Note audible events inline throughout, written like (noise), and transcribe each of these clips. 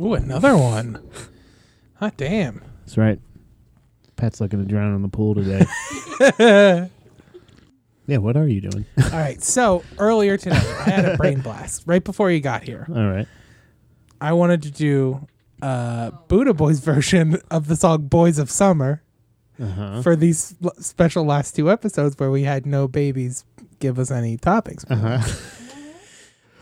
Ooh, another one. Hot damn. That's right. Pat's looking to drown in the pool (laughs) today. yeah, what are you doing? All right. So earlier today, I had a brain blast right before you got here. (laughs) All right. I wanted to do uh Buddha Boys version of the song Boys of Summer Uh-huh. for these l- special last two episodes where we had no babies give us any topics. Uh-huh.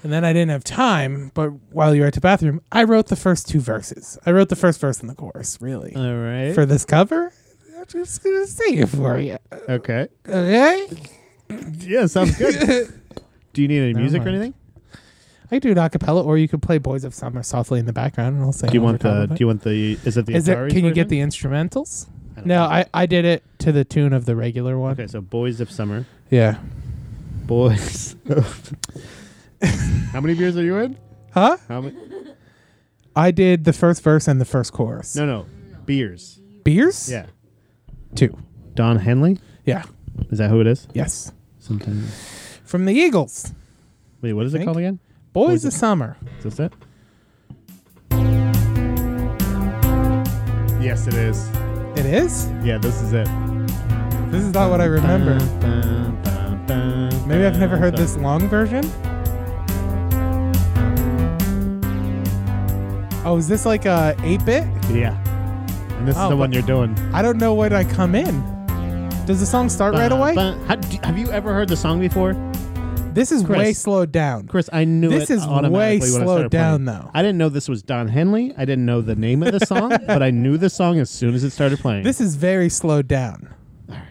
And then I didn't have time, but while you were at the bathroom, I wrote the first two verses. I wrote the first verse and the chorus, really. (laughs) All right. for this cover, I'm just going to sing it for you. okay. Okay? Yeah, sounds (laughs) good. Do you need any music or mind. anything? I do an acapella, or you could play Boys of Summer softly in the background and I'll sing. Do you over want top the of it. do you want the is it the Is there, Atari's can you get version? the instrumentals? I don't No, know. I, I did it to the tune of the regular one. Okay, so Boys of Summer. Yeah. Boys. of- (laughs) How many beers are you in? Huh? How many? I did the first verse and the first chorus. No, no. Beers. Beers? Yeah. Two. Don Henley? Yeah. Is that who it is? Yes. Sometimes. From the Eagles. Wait, what is Think? it called again? Boys Boys of of- Summer. Is this it? Yes, it is. It is? Yeah, this is it. This is not what I remember. Uh, Maybe Maybe I've never heard this long version. Oh, is this like a 8-bit? Yeah. And this Oh, is the but- one you're doing. I don't know when I come in. Does the song start right away? How- do- have you ever heard the song before? This is way Chris. slowed down. Chris, I knew This it is way automatically when I slowed started down, playing. though. I didn't know this was Don Henley. I didn't know the name of (laughs) the song, but I knew the song as soon as it started playing. This is very slowed down. (laughs) All right.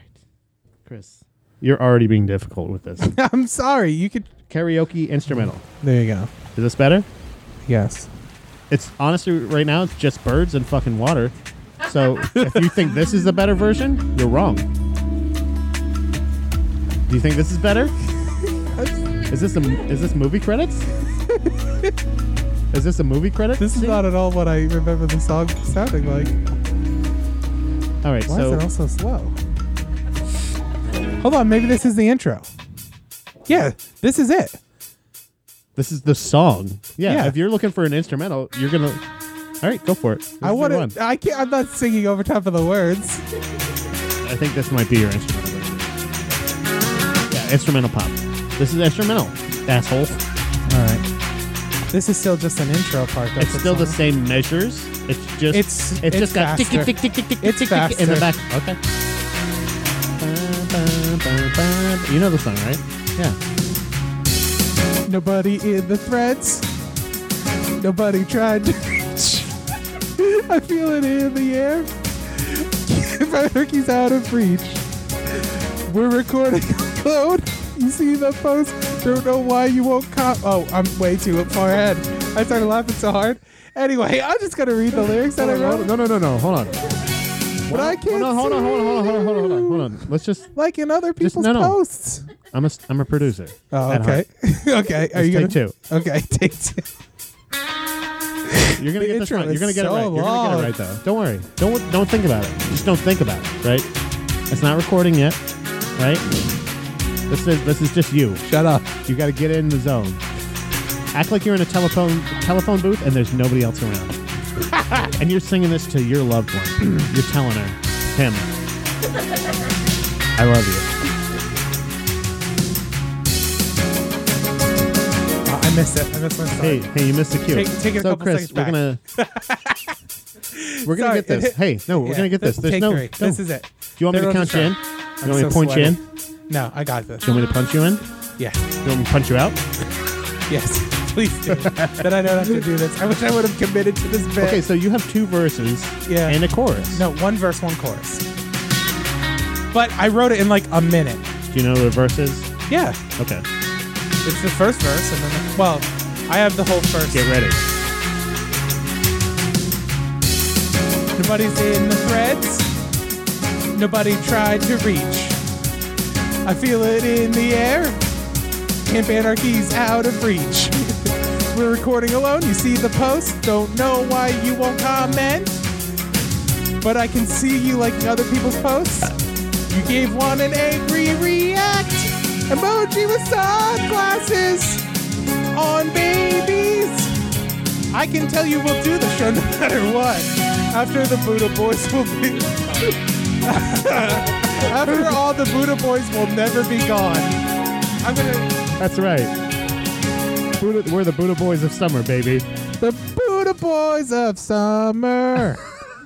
Chris, you're already being difficult with this. I'm sorry. You could. (laughs) Karaoke instrumental. There you go. Is this better? Yes. It's honestly right now it's just birds and fucking water. So if you think this is the better version, you're wrong. Do you think this is (laughs) better? Is this a is this movie credits? Is this a movie credit? This is scene? not at all what I remember the song sounding like. All right, Why so is it all so slow? Hold on, maybe this is the intro. Yeah, this is it. this is the song. Yeah, Yeah. If you're looking for an instrumental, you're gonna. All right, go for it. This I is your want one. to. I can't. I'm not singing over top of the words. I think this might be your instrumental. version. Yeah, instrumental pop. This is instrumental, asshole. All right. This is still just an intro part. Though, It's for still the song. same measures. It's just It's- it's, it's just got tick faster. tick tick tick tick tick It's tick, tick in the faster. back. Okay. You know the song, right? Yeah. Nobody in the threads. Nobody tried to reach. (laughs) I feel it in the air. (laughs) My turkey's out of reach. We're recording (laughs) upload. You see the post? Don't know why you won't cop. Oh, I'm way too far ahead. I started laughing so hard. Anyway, I'm just gonna (laughs) read the lyrics that I wrote, no, no, no. Hold on. but I Hold can't on. Hold on. Hold on. Hold on. Hold on. Hold on. see Hold on. Let's just. Like in other people's Just- no, no. posts. I'm a. I'm a producer. Oh, at okay. (laughs) heart. okay. Are Let's you gonna take two. Okay, (laughs) take two. You're The gonna get this intro right. You're is gonna get it so right. You're gonna get long. it right though. Don't worry. Don't don't think about it. Just don't think about it. Right. It's not recording yet. Right. This is this is just you. Shut up. You got to get in the zone. Act like you're in a telephone telephone booth and there's nobody else around. (laughs) and you're singing this to your (clears throat) loved one. you're telling her, him, I love you. Uh, I missed it. I missed my song. Hey, hey, you missed the cue. Take- take it a so, couple Chris, seconds we're back. gonna (laughs) we're gonna Sorry, get this. it hit- Hey, no, we're Yeah, gonna get this. There's take no, three. no. This is it. Do you want me to count you in? You want me to point you in? Do No, I got this. you want me to punch you in? You Yeah. want me to punch you out? Yes. (laughs) Please do. (laughs) then I don't have to do this. I wish I would have committed to this bit. Okay, so you have two verses Yeah. and a chorus. No, one verse, one chorus. But I wrote it in like a minute. Do you know the verses? Yeah. Okay, It's the first verse, and then the, well, I have the whole first. get ready. Nobody's in the threads. Nobody tried to reach. I feel it in the air. Camp Anarchy's out of reach. (laughs) We're recording alone. You see the post. Don't know why you won't comment. But I can see you liking other people's posts. You gave one an angry react. Emoji with sunglasses on babies. I can tell you we'll do the show no (laughs) matter what. After the Buddha Boys will be. (laughs) After all, the Buddha Boys will never be gone. I'm gonna. That's right. Buddha, we're the Buddha Boys of summer, baby. The Buddha Boys of Summer.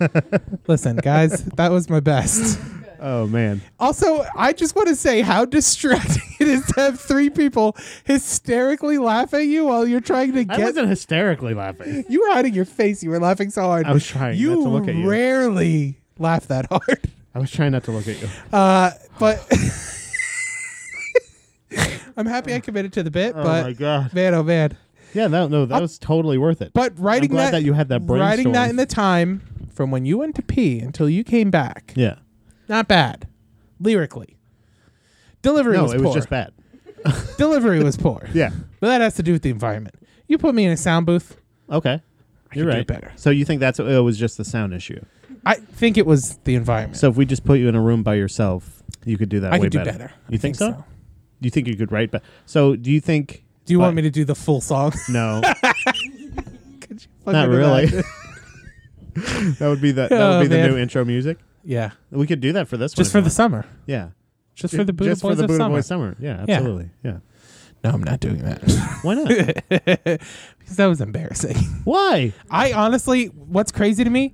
(laughs) Listen, guys, that was my best. Oh man, Also, I just want to say how distracting (laughs) it is to have three people hysterically laugh at you while you're trying to I get. wasn't hysterically laughing. You were hiding your face. You were laughing so hard. I was trying You not to look at you. rarely laugh that hard. I was trying not to look at you. Uh, but (laughs) I'm happy I committed to the bit. (laughs) but god. man, oh man. Yeah, no, no, that was totally worth it. But writing glad that, that you had that writing that brainstorm. in the time from when you went to pee until you came back. yeah, Not bad, lyrically. Delivery no, was it was poor. just bad. Delivery was poor. (laughs) Yeah. But that has to do with the environment. You put me in a sound booth. Okay. You're could do right. better. So you think that's it was just the sound issue? I think it was the environment. So if we just put you in a room by yourself, you could do that I way could do better. better. You I think, think so? so. Do you think you could write? But so do you think? do you want me to do the full song? (laughs) No, Could you not fucking really. imagine? that would be the that would Oh, be the man. new intro music. (laughs) Yeah. We could do that for this one. Just if for you the want. summer. yeah. Just for the Buddha just Boys for the of Buddha summer. Boys summer. Yeah, Yeah. absolutely. Yeah. No, I'm not doing that. (laughs) Why (laughs) not? because (laughs) that was embarrassing. Why? I honestly, what's crazy to me,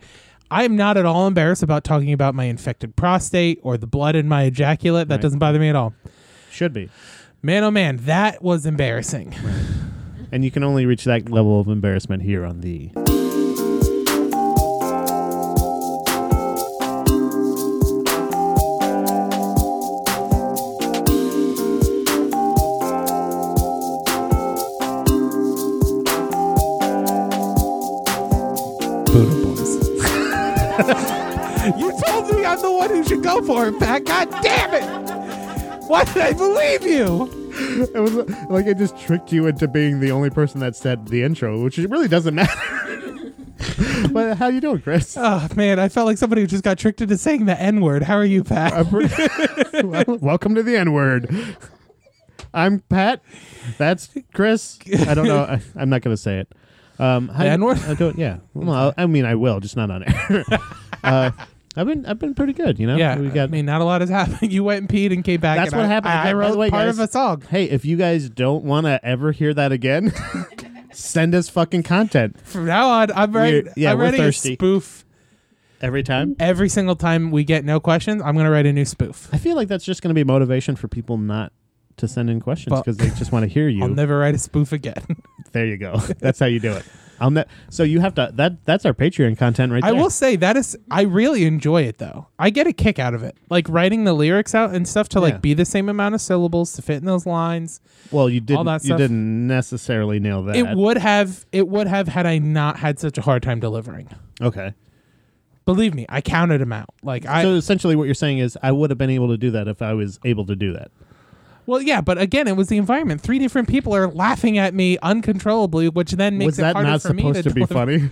I am not at all embarrassed about talking about my infected prostate or the blood in my ejaculate. That Right. doesn't bother me at all. Should be. Man, oh man, that was embarrassing. And you can only reach that level of embarrassment here on the. Buddha Boys. (laughs) you told me I'm the one who should go for it, Pat. God damn it! Why did I believe you? (laughs) It was like it just tricked you into being the only person that said the intro, which it really doesn't matter. (laughs) but how you doing, Chris? Oh man, I felt like somebody who just got tricked into saying the N word. How are you, Pat? I'm pretty- (laughs) Well, welcome to the N word. I'm Pat. That's Chris. I don't know. I, I'm not going to say it. Um, how The you- N-word? I don't- yeah. Well, I mean, I will, just not on air. (laughs) uh, I've been, I've been pretty good. You know. yeah, We got. I mean, not a lot has happened. (laughs) You went and peed and came back. That's and what I- happened. I, I By the wrote way, part guys- of a song. hey, if you guys don't want to ever hear that again, (laughs) send us fucking content From now on, I'm writing. yeah, I'm we're writing thirsty. a spoof every time. every single time we get no questions. I'm gonna write a new spoof. I feel like that's just going to be motivation for people not to send in questions But- because they just want to hear you. I'll never write a spoof (laughs) again. there you go. That's how you do it. I'll ne- so you have to that that's our Patreon content right I there. will say that is I really enjoy it though. I get a kick out of it. Like writing the lyrics out and stuff to Yeah. like be the same amount of syllables to fit in those lines. well, you didn't that you stuff. didn't necessarily nail that. It would have it would have had I not had such a hard time delivering. okay. Believe me, I counted them out. Like I so essentially what you're saying is I would have been able to do that if I was able to do that. well yeah, but again it was the environment. Three different people are laughing at me uncontrollably, which then makes was it that harder not for me supposed to, (laughs) be deliver. funny?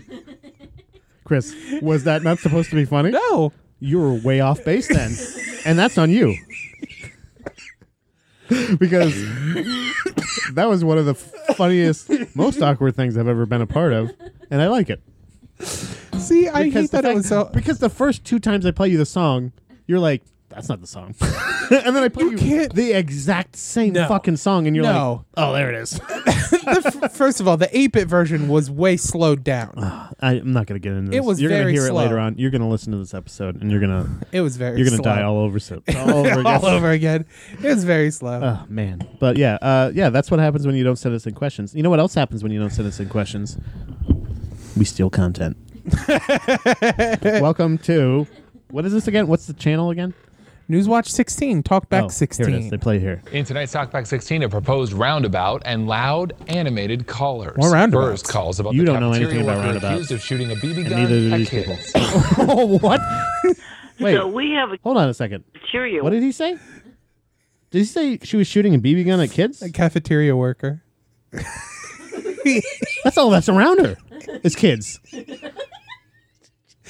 Chris, was that not supposed to be funny? No. You were way off base then. and that's on you. (laughs) because that was one of the funniest, most awkward things I've ever been a part of, and I like it. See, I hate the that it fact- was (laughs) so because the first two times I play you the song, you're like, that's not the song. (laughs) and then I play you, can't- the exact same No. fucking song, and you're No. like, oh, there it (laughs) is. (laughs) the, f- first of all, the 8-bit version was way slowed down. I, am not going to get into this. It was you're very gonna hear slow. it later on. You're going to listen to this episode, and you're going to It was (laughs) very you're going to slow. die all over, so, all over (laughs) again. all over again. It was very slow. Oh man, but yeah, uh, yeah, that's what happens when you don't send us in questions. You know what else happens when you don't send us in questions? We (laughs) steal content. Welcome to what is this again? What's the channel again? Newswatch 16, Talkback Oh, 16. Here it is. They play here. In tonight's Talkback 16, a proposed roundabout and loud animated callers. More roundabouts. First calls about You the don't know cafeteria anything about worker roundabouts. accused of shooting a BB gun Neither do at these people. kids. oh, what? Wait, So we have a hold on a second. cafeteria. What did he say? Did he say she was shooting a BB gun at kids? Cafeteria worker. (laughs) That's all that's around her. It's kids.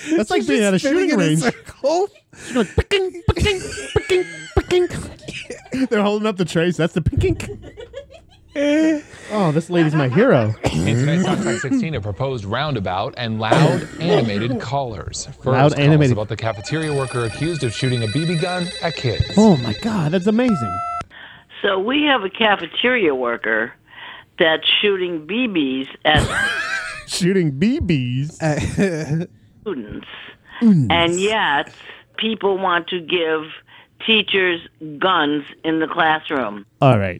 That's like being at a Spinning shooting in a range. circle. They're like, "Picking, picking, picking, picking." They're holding up the trays. That's the picking. Oh, this lady's my hero. In tonight's Hot (laughs) Top 16, a proposed roundabout and loud animated callers. First, Loud call us animated- about the cafeteria worker accused of shooting a BB gun at kids. Oh my God, that's amazing. So we have a cafeteria worker that's shooting BBs (laughs) at Shooting BBs. students, and yet people want to give teachers guns in the classroom. All right.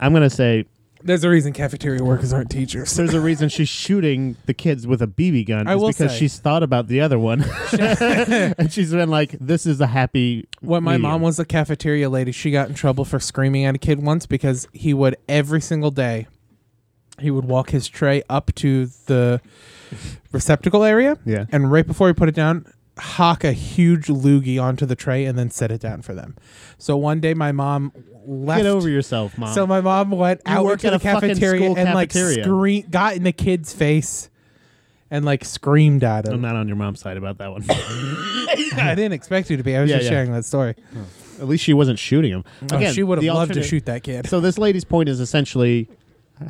I'm going to say There's a reason cafeteria workers aren't teachers. there's a (laughs) reason she's shooting the kids with a BB gun. I is will because say- she's thought about the (laughs) other one. (laughs) and she's been like, this is a happy. When my medium. mom was a cafeteria lady, she got in trouble for screaming at a kid once because he would every single day he would walk his tray up to the receptacle area. Yeah. And right before he put it down, hock a huge loogie onto the tray and then set it down for them. So one day my mom left Get over yourself, mom. So my mom went You out work into at the a fucking cafeteria school and like cafeteria. scream got in the kid's face and like screamed at I'm him. not on your mom's side about that one. (laughs) (laughs) I didn't expect you to be. I was Yeah, just yeah. sharing that story. At least she wasn't shooting him. Oh, Again, she would the have loved to alternate- shoot that kid. So this lady's point is essentially,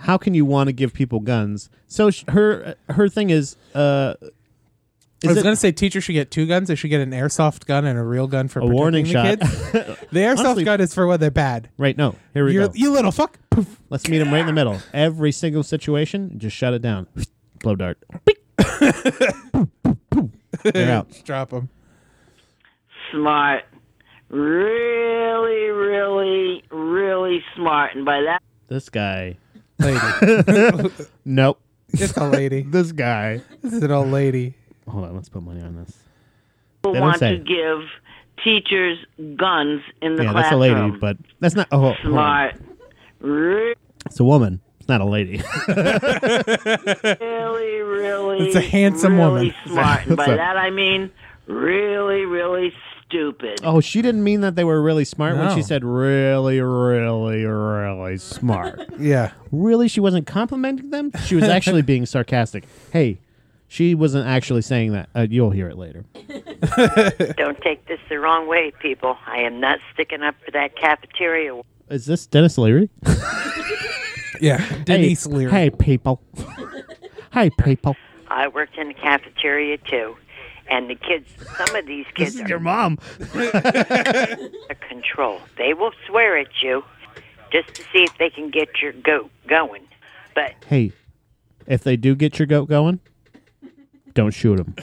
how can you want to give people guns? So sh- her her thing is, uh, I is was it gonna say teachers should get two guns. They should get an airsoft gun and a real gun for a protecting warning the shot? kids. (laughs) The airsoft Honestly- gun is for when they're bad. right? No. Here we You're, go. you little fuck. Poof. Let's meet him right in the middle. Every single situation, just shut it down. Blow dart. You're out. Drop them. Smart. Really, really, really smart. And by that, This guy. (laughs) Lady, Nope. just a lady. This guy. This is an old lady. Hold on. Let's put money on this. people They don't want say. to give teachers guns in the yeah, that's a classroom. lady, but that's not. Oh, hold on. Smart. Really, it's a woman. It's not a lady. really. It's a handsome really woman. (laughs) smart. And by That's a- that, I mean really, really stupid. (laughs) oh, she didn't mean that they were really smart when she No. said really, really, really smart. Yeah. (laughs) really she wasn't complimenting them she was actually being sarcastic hey she wasn't actually saying that uh, you'll hear it later Don't take this the wrong way, people. I am not sticking up for that cafeteria. is this dennis leary Yeah. Denise Leary. hey people (laughs) hey people I worked in the cafeteria too, and the kids, some of these this kids is are your mom out of control. They will swear at you just to see if they can get your goat going. But hey if they do get your goat going don't shoot him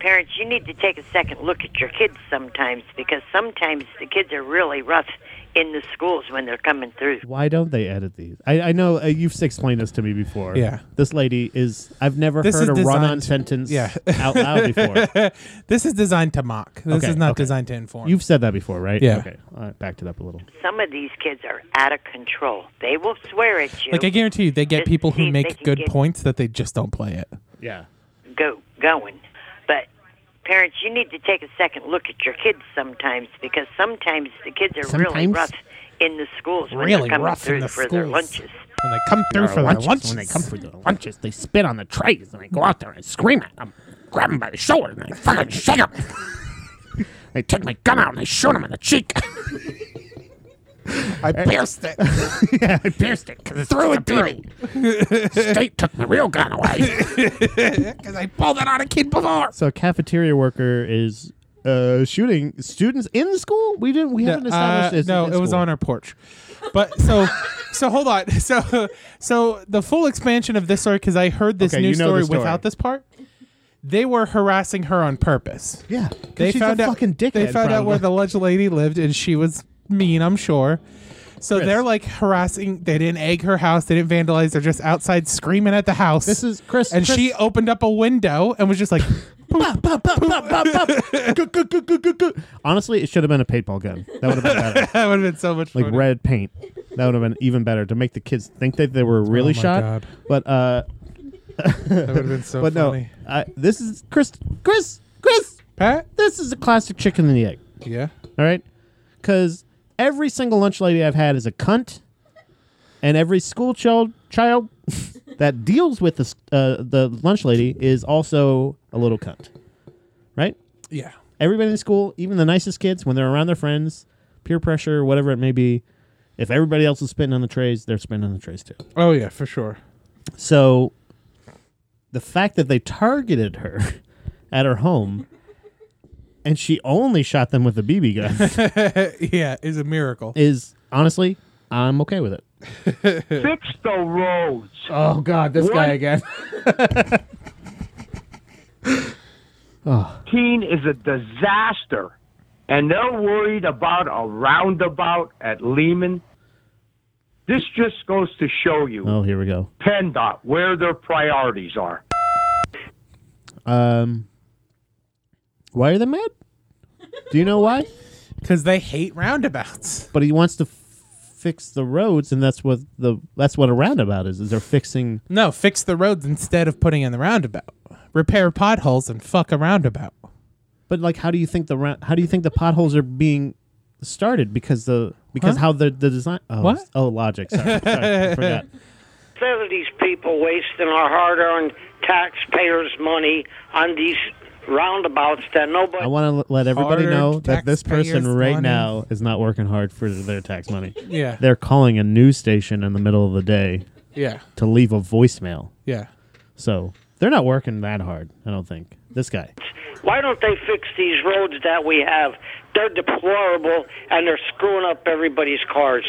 parents, you need to take a second look at your kids sometimes because sometimes the kids are really rough in the schools when they're coming through. why don't they edit these i, I know uh, you've explained this to me before Yeah. this lady is i've never This is heard a run-on designed- sentence yeah. (laughs) out (laughs) loud before This is designed to mock. This Okay, is not okay. designed to inform. you've said that before right Yeah. okay all right backed it up a little Some of these kids are out of control. They will swear at you. like I guarantee you, they get Just people see who if they make can good get- points that they just don't play it. yeah go going. But parents, you need to take a second look at your kids sometimes because sometimes the kids are really Sometimes? rough in the schools when Really they're coming rough through in the for their schools. lunches. When they come through for their lunches, When they come for their lunches, they spit on the trays and they go out there and scream at them. Grab them by the shoulder and they fucking shake them. they take my gun out and they shoot them in the cheek. (laughs) I pierced it. (laughs) yeah, I pierced it because it's through a baby. (laughs) State took my real gun (laughs) away because I pulled it on a kid before. So a cafeteria worker is uh, shooting students in school. We didn't. We haven't established Uh, this. no, in it was school. on our porch. But (laughs) so, so hold on. So, so the full expansion of this story because I heard this Okay, new you know story, the story. without this part. They were harassing her on purpose. Yeah, 'cause They she's found a out. fucking dickhead. they found out probably. where the alleged lady lived, and she was mean. I'm sure. So Chris. they're like harassing. They didn't egg her house. They didn't vandalize. They're just outside screaming at the house. This is- Chris, And Chris- (laughs) she opened up a window and was just like, (laughs) Honestly, it should have been a paintball gun. That would have been better. (laughs) "That would have been so much like fun." red paint. That would have been even better to make the kids think that they were really Oh my shot. God. But uh, That would have been so but funny. no, I, this is Chris. Chris. Chris. Pat. This is a classic chicken and the egg. Yeah. All right? Because every single lunch lady I've had is a cunt, and every school child child (laughs) that deals with the s- uh, the lunch lady is also a little cunt, right? Yeah. Everybody in school, even the nicest kids, when they're around their friends, peer pressure, whatever it may be, If everybody else is spitting on the trays, they're spitting on the trays too. Oh yeah, for sure. So the fact that they targeted her (laughs) at her home and she only shot them with a BB gun yeah, is a miracle. (laughs) is honestly, I'm okay with it. Fix the roads. Oh God, this guy again. (laughs) Oh. Teen is a disaster, and they're worried about a roundabout at Lehman. This just goes to show you, Oh, here we go. PennDOT, where their priorities are. Um Why are they mad? Do you know why? Because they hate roundabouts. But he wants to f- fix the roads and that's what the that's what a roundabout is. Is they're fixing No, fix the roads instead of putting in the roundabout. Repair potholes and fuck a roundabout. But like, how do you think the ra- how do you think the potholes are being started? Because the because Huh? how the the design oh, What? oh logic sorry, sorry I (laughs) forgot Instead of these people wasting our hard-earned taxpayers' money on these roundabouts that nobody I want to let everybody Hard-earned know that this person taxpayers' right money. now is not working hard for their tax money. Yeah, They're calling a news station in the middle of the day yeah, to leave a voicemail, yeah. so they're not working that hard. I don't think this guy. Why don't they fix these roads that we have? They're deplorable and they're screwing up everybody's cars.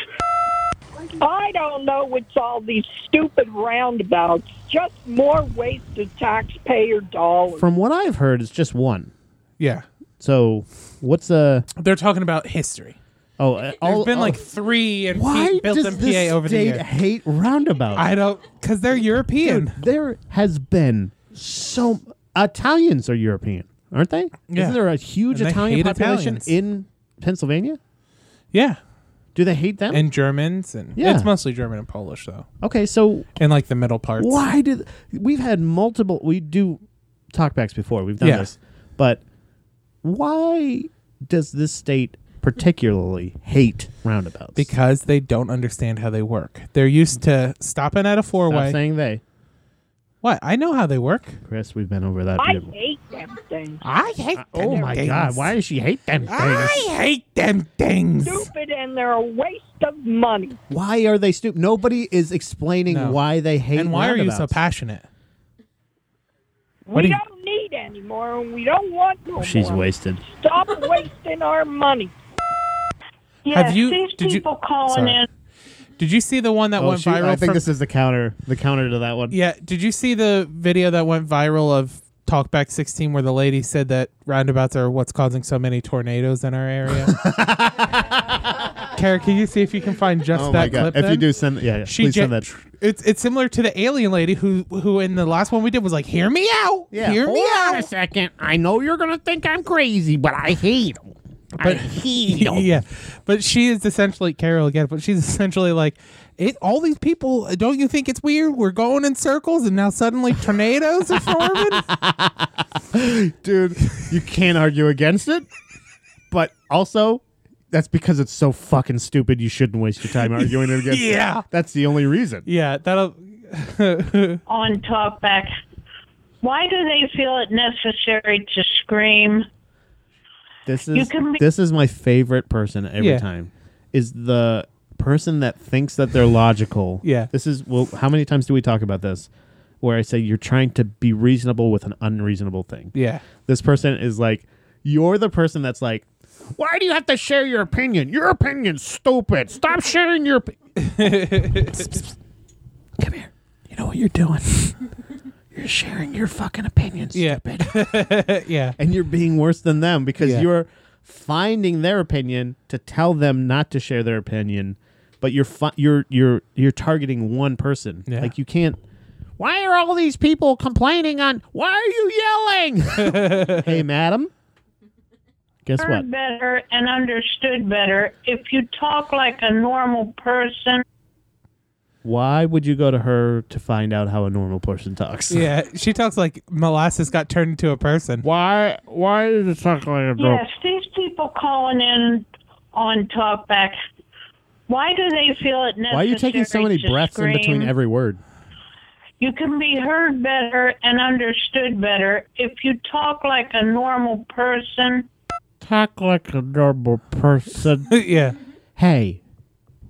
I don't know what's all these stupid roundabouts. Just more wasted taxpayer dollars. From what I've heard, it's just one. Yeah. So what's uh They're talking about history. oh uh, There's all been oh, like three and why built does in PA this over the state years. hate roundabouts? I don't, because they're European. Dude, there has been so Italians are European, aren't they? Yeah. Isn't there a huge And they Italian hate population Italians. in Pennsylvania? yeah, Do they hate them? and Germans and Yeah. it's mostly German and Polish though, okay, so and like the middle parts. why did we've had multiple? We do talkbacks before. We've done Yeah. this, but why does this state particularly hate roundabouts? Because they don't understand how they work. They're used to stopping at a four I'm way. saying they, What? I know how they work. Chris. We've been over that. I before. hate them things. I hate. oh my God! Why does she hate them things? I hate them things. Stupid and they're a waste of money. Why are they stupid? Nobody is explaining No. why they hate. And why are you so roundabouts. passionate? We do you- don't need any more and we don't want no She's more. wasted. Stop wasting our money. Have you- did you- calling Sorry. Did you see the one that went viral? Oh, I think from- this is the counter, the counter to that one. yeah. Did you see the video that went viral of Talkback 16 where the lady said that roundabouts are what's causing so many tornadoes in our (laughs) area? Kara, can you see if you can find just Oh that my god! clip? If you then? do send, yeah, yeah she please ge- send that. It's it's similar to the alien lady who who in the last one we did was like, "Hear me out, Yeah, hear me hold out." a second. I know you're gonna think I'm crazy, but I hate him. I hate him. (laughs) Yeah, but she is essentially Carol again. But she's essentially like, it. All these people, don't you think it's weird? We're going in circles, and now suddenly tornadoes are forming. Dude, you can't argue against it, but also that's because it's so fucking stupid. You shouldn't waste your time (laughs) arguing it against. Yeah. it. that's the only reason. (laughs) yeah, that'll. on talkback. Why do they feel it necessary to scream? This You is can be- this is my favorite person every Yeah. time. Is the person that thinks that they're logical. Yeah. This is well. How many times do we talk about this? Where I say you're trying to be reasonable with an unreasonable thing. Yeah, this person is like you're the person that's like Why do you have to share your opinion? Your opinion's stupid. Stop sharing your. Op- (laughs) Come here. You know what you're doing. you're sharing your fucking opinions. yeah, yeah, and you're being worse than them because Yeah. you're finding their opinion to tell them not to share their opinion but you're fi- you're you're you're targeting one person Yeah. like you can't Why are all these people complaining on? Why are you yelling? (laughs) hey madam guess what Heard better and understood better. If you talk like a normal person, why would you go to her to find out how a normal person (laughs) talks yeah. She talks like molasses got turned into a person. (laughs) why? Why is it talking like a yes, these people calling in on talkback. Why do they feel it necessary? why are you taking so many to breaths in between scream? every word You can be heard better and understood better if you talk like a normal person. Talk like a normal person. yeah, hey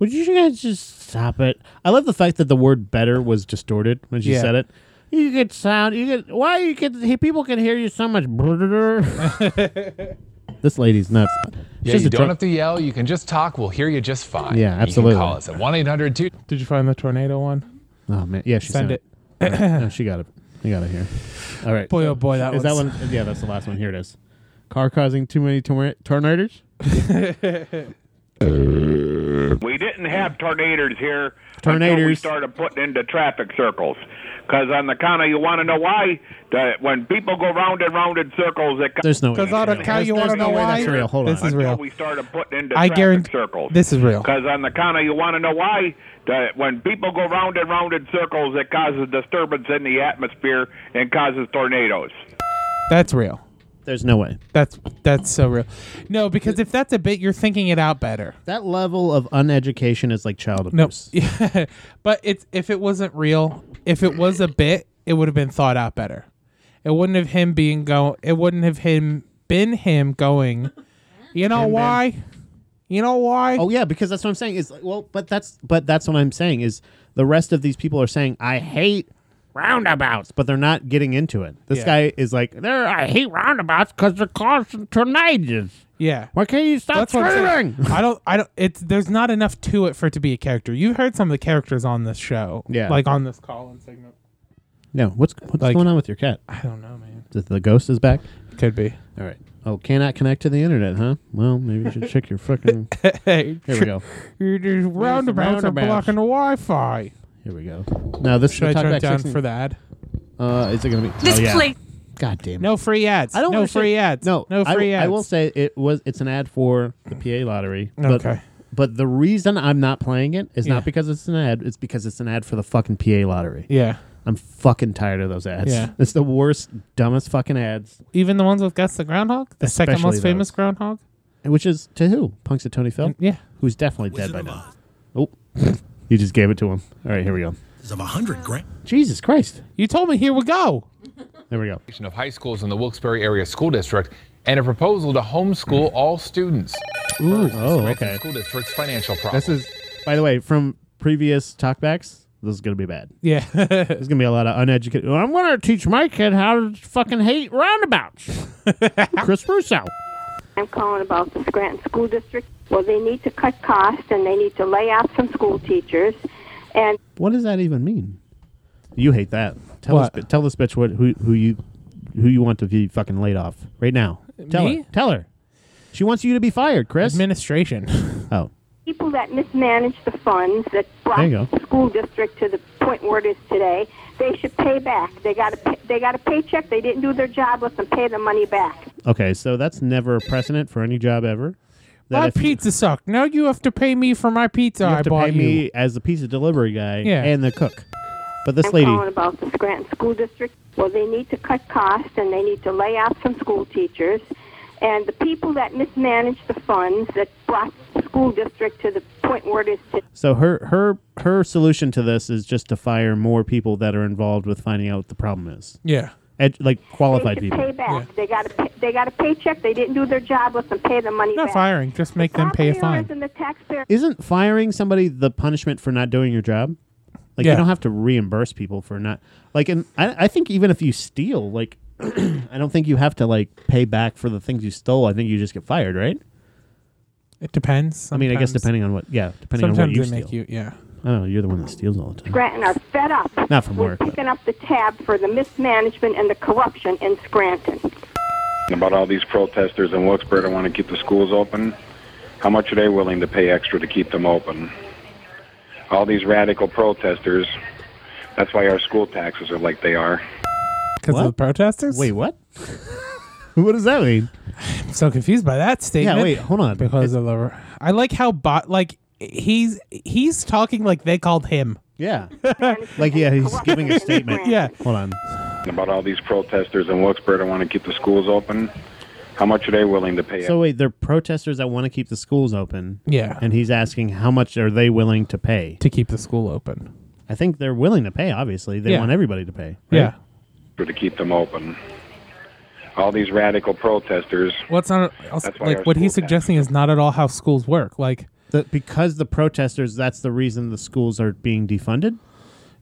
Would you guys just stop it? I love the fact that the word better was distorted when she Yeah. said it. You get sound. You get why you get he- people can hear you (laughs) so much. This lady's nuts. Yeah, She's you a don't dr- have to yell. You can just talk. We'll hear you just fine. Yeah, absolutely. You can call us at 1 800 Did you find the tornado one? Oh man, yeah, she Send sent it. no, she got it. You got it here. All right. Boy, oh boy, that is that one. one's- Yeah, that's the last one. Here it is. Car causing too many tor- tornadoes. We didn't have tornadoes here until we Tornadoes. started putting into traffic circles. Because on the counter, you want to know why? That when people go round and round in circles, it There's no way Because on account, you want to know why? this is real. We started putting into I traffic guarantee- circles. this is real. Because on the counter, you want to know why? That when people go round and round in circles, it causes disturbance in the atmosphere and causes tornadoes. That's real. There's no way. That's that's so real. No, because if that's a bit, you're thinking it out better. That level of uneducation is like child No, abuse. (laughs) but it's if it wasn't real, if it was a bit, it would have been thought out better. It wouldn't have him being go. It wouldn't have him been him going. You know why? You know why? Oh yeah, because that's what I'm saying. Is like, well, but that's but that's what I'm saying is the rest of these people are saying I hate roundabouts, but they're not getting into it. This Yeah. guy is like, there I hate roundabouts because they're causing tornadoes. Yeah. Why can't you stop That's what I'm screaming? saying. I don't. I don't. It's there's not enough to it for it to be a character. You've heard some of the characters on this show. Yeah. Like on this call and segment. No, what's what's Like- going on with your cat? I don't know, man. The, the ghost is back. Could be. All right. Oh, cannot connect to the internet, huh? Well, maybe you should check your fucking. (laughs) Hey, Here we go. These roundabouts are roundabouts. blocking the Wi-Fi. Here we go. Now this Should I Talkback turn it down 16 for the ad? Uh, is it gonna be oh, yeah. God damn it. No free ads. I don't no wanna say- free ads. No, no I, free w- ads. I will say it was. It's an ad for the PA lottery. But, Okay. But the reason I'm not playing it is Yeah. not because it's an ad. It's because it's an ad for the fucking PA lottery. Yeah. I'm fucking tired of those ads. Yeah. It's the worst, dumbest fucking ads. Even the ones with Gus the Groundhog, the second Especially most famous groundhog. Which is to who? Punks at Tony Phil? Mm, Yeah. Who's definitely dead by now. Oh, (laughs) you just gave it to him. All right, here we go. I'm 100 grand. Jesus Christ. You told me. Here we go. There we go. Of high schools in the Wilkes-Barre Area School District and a proposal to homeschool all students. Ooh. Oh, Right, the okay. School district's financial problems. This is, by the way, from previous talkbacks. This is gonna be bad. (laughs) Yeah. There's gonna be a lot of uneducated. I'm gonna teach my kid how to fucking hate (laughs) roundabouts. Chris Russo. I'm calling about the Scranton School District. Well, they need to cut costs and they need to lay off some school teachers. And What does that even mean? You hate that. Tell What? this bi- tell this bitch what who who you who you want to be fucking laid off right now. Tell Me? her. Tell her. She wants you to be fired, (laughs) Chris. Administration. Oh, people that mismanage the funds that there brought you go. the school district to the point where it is today, they should pay back. They got a pa- they got a paycheck. They didn't do their job. Let them pay the money back. Okay, so that's never a precedent for any job ever. That my if you- pizza sucked. Now you have to pay me for my pizza you have I to bought pay you. me as the pizza delivery guy Yeah. and the cook. But this I'm lady, calling about the Scranton School District. Well, they need to cut costs and they need to lay off some school teachers. And the people that mismanage the funds that brought the school district to the point where it is today. so her her her solution to this is just to fire more people that are involved with finding out what the problem is. Yeah. Ed, like qualified They should people. pay back. They got a pay, they got a paycheck. They didn't do their job. Let them pay the money Not back. firing. Just make them pay a Taxpayers fine. and the taxpayer Isn't firing somebody the punishment for not doing your job? Like Yeah. you don't have to reimburse people for not like, and I, I think even if you steal, like, (clears throat) I don't think you have to like pay back for the things you stole. I think you just get fired, right? It depends. I mean, I guess sometimes. depending on what, yeah, depending on what Sometimes you they steal. make you- yeah. I don't know. You're the one that steals all the time. Scranton are fed up Not from with work, but- picking up the tab for the mismanagement and the corruption in Scranton. about all these protesters in Wilkes-Barre that want to keep the schools open. How much are they willing to pay extra to keep them open? All these radical protesters. That's why our school taxes are like they are. Because of the protesters? Wait, what? (laughs) what does that mean? I'm so confused by that statement. wait, hold on. Because of the. I like how bot. Like, he's he's talking like they called him. Yeah. (laughs) like, yeah, he's giving a statement. Yeah. Hold on. About all these protesters in Wilkes-Barre that want to keep the schools open. How much are they willing to pay? So wait, they're protesters that want to keep the schools open. Yeah. And he's asking how much are they willing to pay to keep the school open? I think they're willing to pay. Obviously, they Yeah. want everybody to pay. Yeah. extra to keep them open? All these radical protesters. What's not That's why our like what school he's suggesting is not at all how schools work. Like the, because the protesters, that's the reason the schools are being defunded.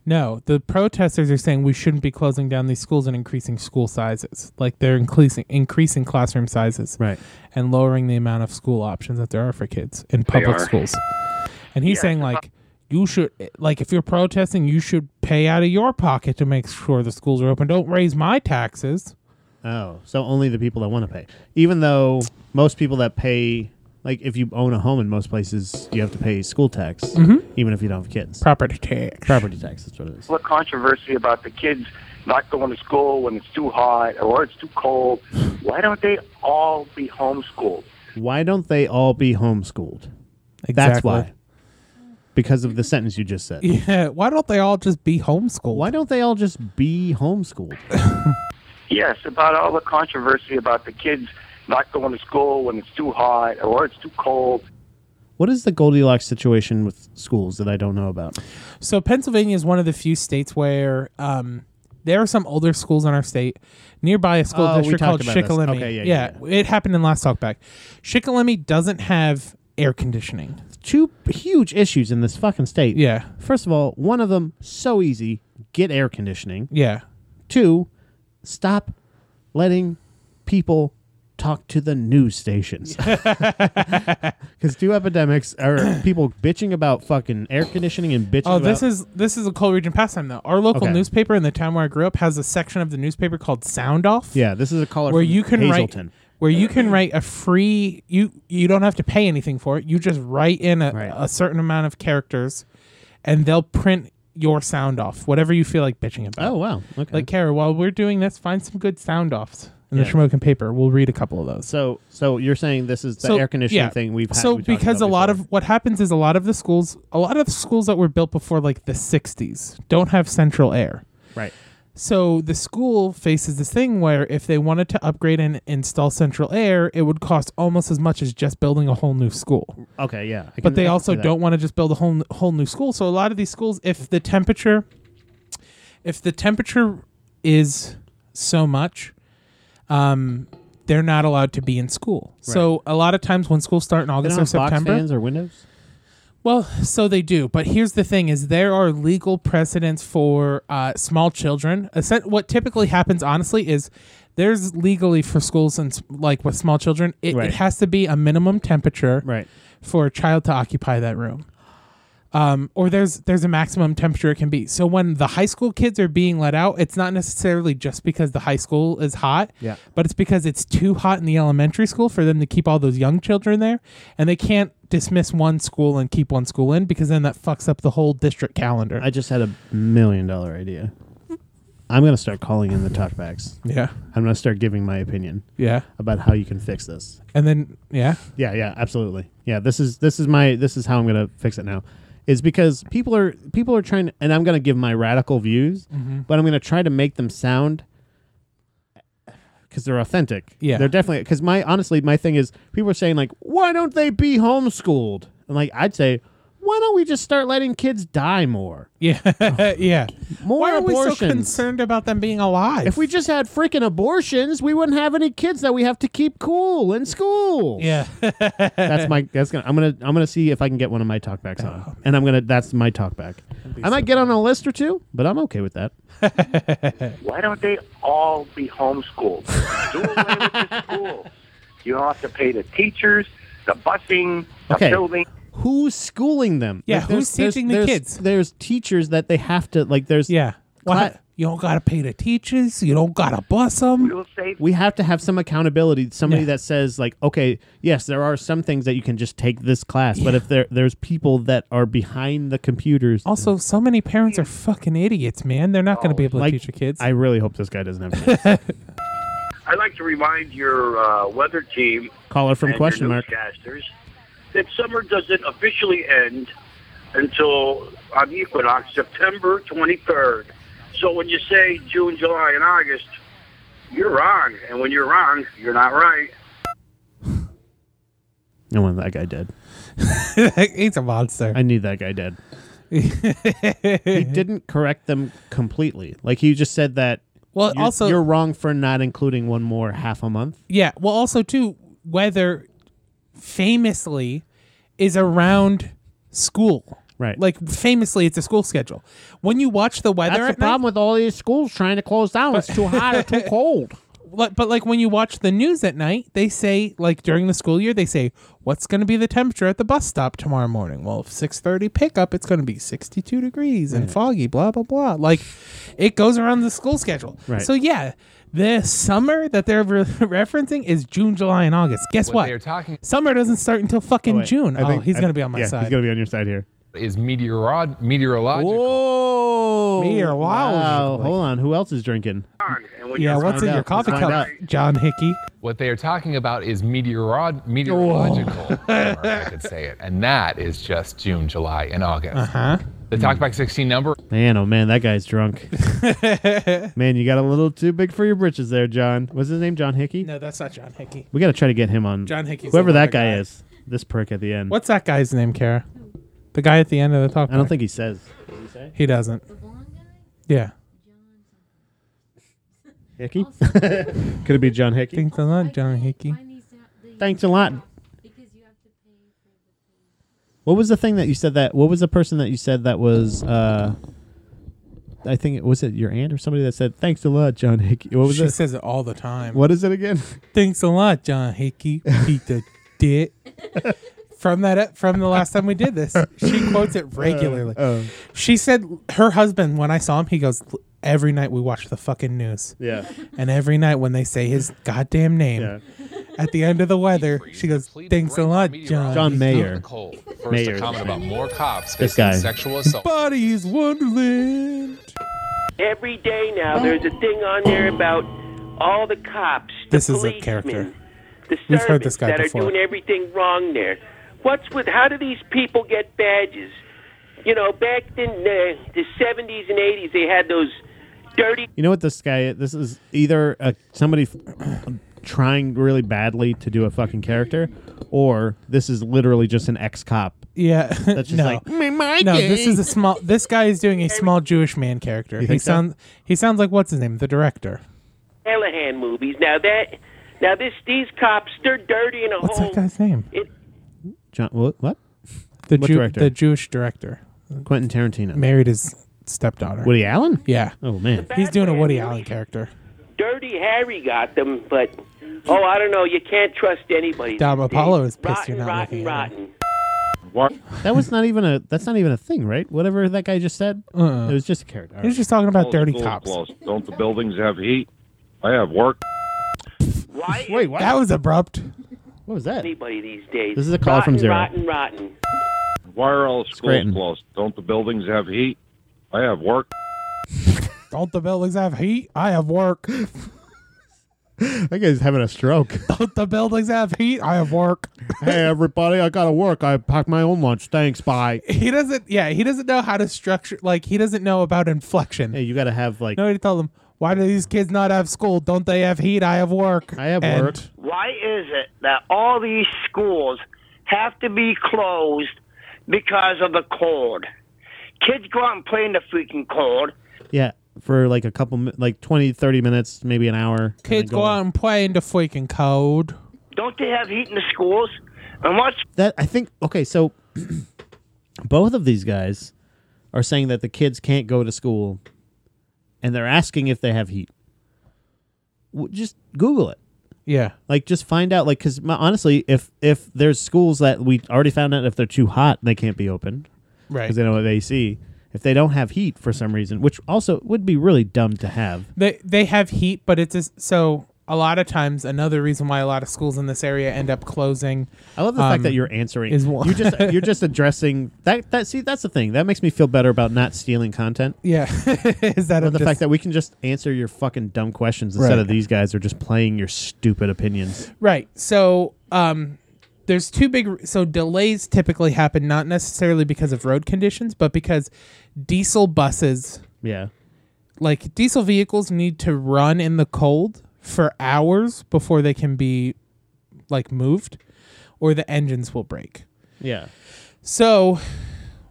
No, the protesters are saying we shouldn't be closing down these schools and increasing school sizes. Like they're increasing increasing classroom sizes, right, and lowering the amount of school options that there are for kids in public are. schools. And he's saying like you should eh, like if you're protesting, you should pay out of your pocket to make sure the schools are open. Don't raise my taxes. Oh, so only the people that want to pay. Even though most people that pay, like if you own a home in most places, you have to pay school tax, Mhm. even if you don't have kids. Property tax. Mm-hmm. Property tax, that's what it is. What controversy about the kids not going to school when it's too hot or it's too cold? Why don't they all be homeschooled? Why don't they all be homeschooled? That's Exactly. why. Because of the sentence you just (laughs) said. Yeah, why don't they all just be homeschooled? Why don't they all just be homeschooled? Yes, about all the controversy about the kids not going to school when it's too hot or it's too cold. What is the Goldilocks situation with schools that I don't know about? So Pennsylvania is one of the few states where um, there are some older schools in our state. Nearby a school Oh, we district called talked about this. Shikellamy. Okay, yeah, yeah, It happened in last talkback. Shikellamy doesn't have air conditioning. Two huge issues in this fucking state. Yeah. First of all, one of them so easy, get air conditioning. Yeah. Two, stop letting people talk to the (laughs) news stations. Cuz two epidemics are people bitching about fucking air conditioning and bitching Oh, about this is this is a cold region pastime though. Our local Okay. newspaper in the town where I grew up has a section of the newspaper called Sound Off. Yeah, this is a caller where from you can Hazleton. write where you can write a free you you don't have to pay anything for it. You just write in a, a certain amount of characters, and they'll print your sound off whatever you feel like bitching about. Oh wow! Okay. Like Kara, while we're doing this, find some good sound offs in Yeah. the Shamokin paper. We'll read a couple of those. So, so you're saying this is the air conditioning yeah. thing we've had. So we talked because a about lot of what happens is a lot of the schools, a lot of schools that were built before like the '60s don't have central air. Right. So the school faces this thing where if they wanted to upgrade and install central air, it would cost almost as much as just building a whole new school. before. okay, yeah, I can- But I they can also see that. don't want to just build a whole whole new school. So a lot of these schools, if the temperature, if the temperature is so much, um, they're not allowed to be in school. So a lot of times when schools start in They August don't or have box September, fans or windows. well, so they do, but here's the thing: is there are legal precedents for uh, small children. Assen- What typically happens, honestly, is there's legally for schools and s- like with small children, it, Right. it has to be a minimum temperature right. for a child to occupy that room. Um, or there's there's a maximum temperature it can be. So when the high school kids are being let out, it's not necessarily just because the high school is hot, Yeah. but it's because it's too hot in the elementary school for them to keep all those young children there, and they can't dismiss one school and keep one school in because then that fucks up the whole district calendar. I just had a million dollar idea. I'm gonna start calling in the talkbacks. Yeah. I'm gonna start giving my opinion. Yeah. about how you can fix this. and then yeah, (laughs) Yeah, yeah, absolutely. Yeah, this is this is my this is how I'm gonna fix it now. Is because people are people are trying, and I'm gonna give my radical views, Mhm. but I'm gonna try to make them sound because they're authentic. Yeah. they're definitely because my honestly my thing is people are saying like why don't they be homeschooled? And like I'd say why don't we just start letting kids die more? yeah, (laughs) yeah. More Why are we so abortions. concerned about them being alive? If we just had freaking abortions, we wouldn't have any kids that we have to keep cool in (laughs) school. Yeah. (laughs) that's my that's gonna I'm gonna I'm gonna see if I can get one of my Oh, talkbacks on. and I'm gonna that's my talkback. I might get on a list or two, but I'm okay with that. Why don't they all be (laughs) homeschooled? Do away with the schools. You don't have to pay the teachers, the busing, the Okay. building. Who's schooling them? Yeah, there's- who's there's- teaching the there's- kids? There's teachers that they have to like there's Yeah. Why- you don't gotta pay the teachers, you don't gotta bus them. we have to have some accountability. Somebody Yeah. that says like, okay, yes, there are some things that you can just take this class, but if there there's people that are behind the computers, Also, so many parents are fucking idiots, man. They're not going to be able to like, teach your kids. I really hope this guy doesn't have kids. I'd like to remind your uh, weather team caller from and question your mark. newscasters that summer doesn't officially end until on the equinox, September 23rd. So when you say June, July, and August, you're wrong. And when you're wrong, you're not right. I want that guy dead. (laughs) He's a monster. I need that guy dead. (laughs) he didn't correct them completely. Like he just said that. Well, you're- also- you're wrong for not including one more half a month. yeah. Well, also too, weather famously is around school. Right. Like famously, it's a school schedule. When you watch the weather, That's the problem with all these schools trying to close down. It's too hot (laughs) or too cold. But, but like when you watch the news at night, they say like during the school year, they say what's going to be the temperature at the bus stop tomorrow morning. Well, if six thirty pickup, it's going to be sixty two degrees and foggy. Blah blah blah. Like it goes around the school schedule. Right. So yeah, the summer that they're re- (laughs) referencing is June, July, and August. Guess What what? they are talking- summer doesn't start until fucking wait. June. I oh, think- he's I- going to be on my yeah, he's side. gonna be on your side here. Is meteorod meteorological? Whoa. Meteor, wow. Wow. Hold on. Who else is drinking? yeah, what's Let's in find your out. coffee Let's cup, find John Hickey? What they are talking about is meteorod meteorological. summer, if I could say it, and that is just June, July, and August. Uh-huh. The Talkback 16 number Man, oh man, that (laughs) guy's drunk. man, you got a little too big for your britches there, John. What's his name? John Hickey? No, that's not John Hickey. We got to try to get him on. John Hickey's Whoever the that other guy, is, this prick at the end. What's that guy's name, Kara? The guy at the end of the talk. I don't think he says. He doesn't. Yeah. Hickey? (laughs) Could it be John Hickey? Thanks a lot, John Hickey. Thanks a lot. What was the thing that you said that? What was the person that you said that was? uh I think it was it your aunt or somebody that said thanks a lot, John Hickey. What was she it? says it all the time. What is it again? Thanks a lot, John Hickey. Beat (laughs) the dick. From that, e, from the last time we did this, she quotes it regularly. Uh, oh. She said her husband, when I saw him, he goes, "Every night we watch the fucking news." (laughs) Yeah. And every night when they say his goddamn name, at the end of the weather, she goes, "Thanks a lot, John." John Mayer. Cole. First, Mayer a is comment his about name. more cops This facing guy. sexual assault. Body's Wonderland. Every day now, there's a thing on there about all the cops, the This is a policemen, character. the We've heard this servants guy that before. are doing everything wrong there. What's with how do these people get badges? You know, back in the, the 70s and 80s, they had those dirty (laughs) You know what this guy? is? This is either uh, somebody f- (clears throat) trying really badly to do a fucking character, or this is literally just an ex-cop. Yeah, (laughs) That's just no. like, "Me, my no, this day." is a small. This guy is (laughs) doing a small Jewish man character. You He think so? sounds. He sounds like what's his name, the director. Callahan movies. Now that, now this these cops, they're dirty in a What's hole. that guy's name? John, what? what? The What Jew- director? the Jewish director. Quentin Tarantino. Married his stepdaughter. Woody Allen? Yeah. Oh man. He's doing a Woody Allen character. Dirty Harry got them, but oh, I don't know. You can't trust anybody. Dom Apollo is pissed rotten, you're not uh, rotten, looking. rotten. That was not even a. That's not even a thing, right? Whatever that guy just said. Uh-uh. It was just a character. He was just talking about dirty cops. Don't the buildings have heat? I have work. Wait, what? That was abrupt. What was that? Anybody these days? This is a call rotten, from Zero. Rotten, rotten. Why are all schools Scranton. closed? Don't the buildings have heat? I have work. Don't the buildings have heat? I have work. (laughs) That guy's having a (laughs) stroke. Don't the buildings have heat? I have work. hey everybody, I gotta work. I packed my own lunch. Thanks. Bye. He doesn't. Yeah, he doesn't know how to structure. Like he doesn't know about inflection. (laughs) Hey, you gotta have like. Nobody told him. Why do these kids not have school? Don't they have heat? I have work. I have And- work. Why is it that all these schools have to be closed because of the cold? Kids go out and play in the freaking cold. Yeah, for like a couple, mi- like 20, 30 minutes, maybe an hour. and Kids then go out and play in the freaking cold. Don't they have heat in the schools? And what's That I think. Okay, so (clears throat) both of these guys are saying that the kids can't go to school, and they're asking if they have heat. W- Just Google it. Yeah. Like, just find out. Like, because honestly, if if there's schools that we already found out if they're too hot, they can't be open, Right. Because they don't have AC. If they don't have heat for some reason, which also would be really dumb to have. They they have heat, but it's just, so a lot of times another reason why a lot of schools in this area end up closing. I love the um, fact that you're answering. Is one. You're just you're just addressing that. That see, that's the thing that makes me feel better about not stealing content. yeah. (laughs) is that But a the just- fact that we can just answer your fucking dumb questions Right. instead of these guys are just playing your stupid opinions. Right. So, um, there's two big. So delays typically happen not necessarily because of road conditions, but because diesel buses, Yeah. like diesel vehicles, need to run in the cold for hours before they can be, like, moved, or the engines will break. Yeah. So,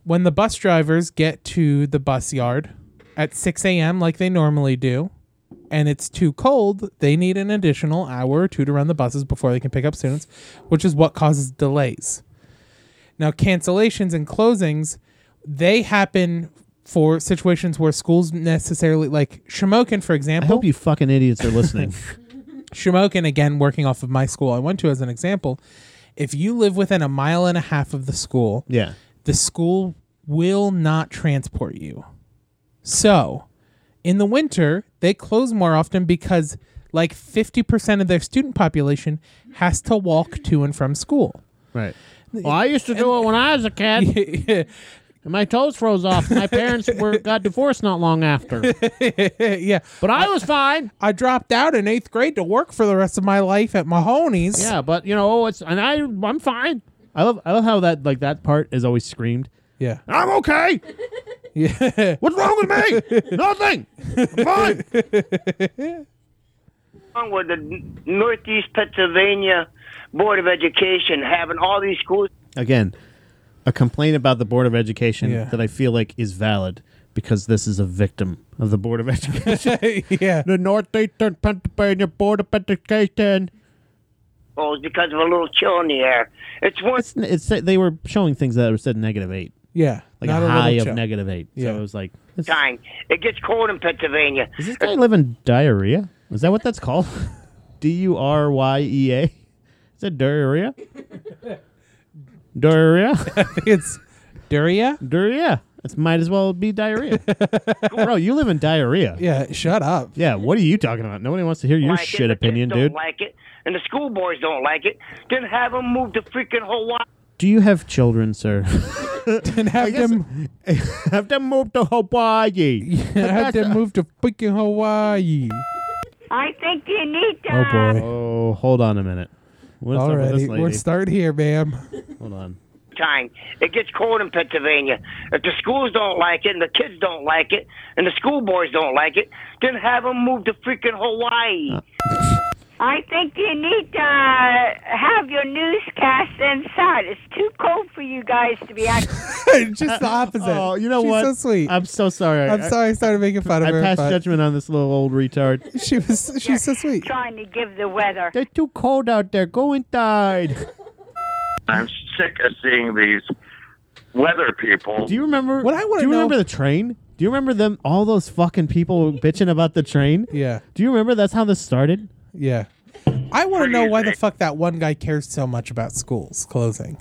when the bus drivers get to the bus yard at 6 a.m., like they normally do, and it's too cold, they need an additional hour or two to run the buses before they can pick up students, which is what causes delays. Now, cancellations and closings, they happen for situations where schools necessarily, like Shamokin, for example. I hope you fucking idiots are (laughs) listening. Shamokin, again, working off of my school I went to as an example. If you live within a mile and a half of the school, Yeah. the school will not transport you. So, in the winter, they close more often because like 50% of their student population has to walk to and from school. Right. Well, I used to do it when I was a (laughs) kid. And my toes froze off. My parents (laughs) were got divorced not long (laughs) after. yeah. But I was fine. I dropped out in eighth grade to work for the rest of my life at Mahoney's. Yeah, but you know, it's and I I'm fine. I love I love how that like that part is always screamed. Yeah. I'm (laughs) okay. Yeah. What's wrong with me? (laughs) Nothing. I'm fine. wrong with the Northeast Pennsylvania Board of Education having all these schools? Again, a complaint about the Board of Education Yeah. that I feel like is valid because this is a victim of the Board of (laughs) Education. (laughs) yeah. The Northeastern Pennsylvania Board of Education. Oh, it's because of a little chill in the air. It's one. It's, it's they were showing things that were said negative eight. Yeah, like not a a little high of chill. negative eight. Yeah. So it was like, Time. It gets cold in Pennsylvania. is this guy living diarrhea? Is that what that's called? (laughs) D U R Y E A. Is that diarrhea? Diarrhea. it's diarrhea. Diarrhea. It might as well be diarrhea. Bro, you live in diarrhea. Yeah, shut (laughs) up. Yeah, what are you talking about? Nobody wants to hear your Like it, shit the kids opinion, don't dude. like it, and the school boys don't like it. Then have them move to freaking Hawaii. Do you have children, sir? (laughs) and have them have them move to Hawaii. (laughs) have them move to freaking Hawaii. I think you need to. Oh boy. Oh, hold on a minute. What's up with this Alrighty, lady? we're start here, ma'am. (laughs) hold on. Time. It gets cold in Pennsylvania. If the schools don't like it, and the kids don't like it, and the school boys don't like it, then have them move to freaking Hawaii. Uh. I think you need to uh, have your newscast inside. It's too cold for you guys to be out. Just the opposite. Oh, you know She's what? so sweet. I'm so sorry. I'm sorry I started making fun of I her. passed but judgment on this little old retard. She was she's so sweet. Trying to give the weather. They're too cold out there. Go inside. I'm sick of seeing these weather people. Do you remember? What I wanna Do you know- remember the train? Do you remember them? All those fucking people bitching about the train. Yeah. Do you remember that's how this started? Yeah. I want to know why the fuck that one guy cares so much about schools closing.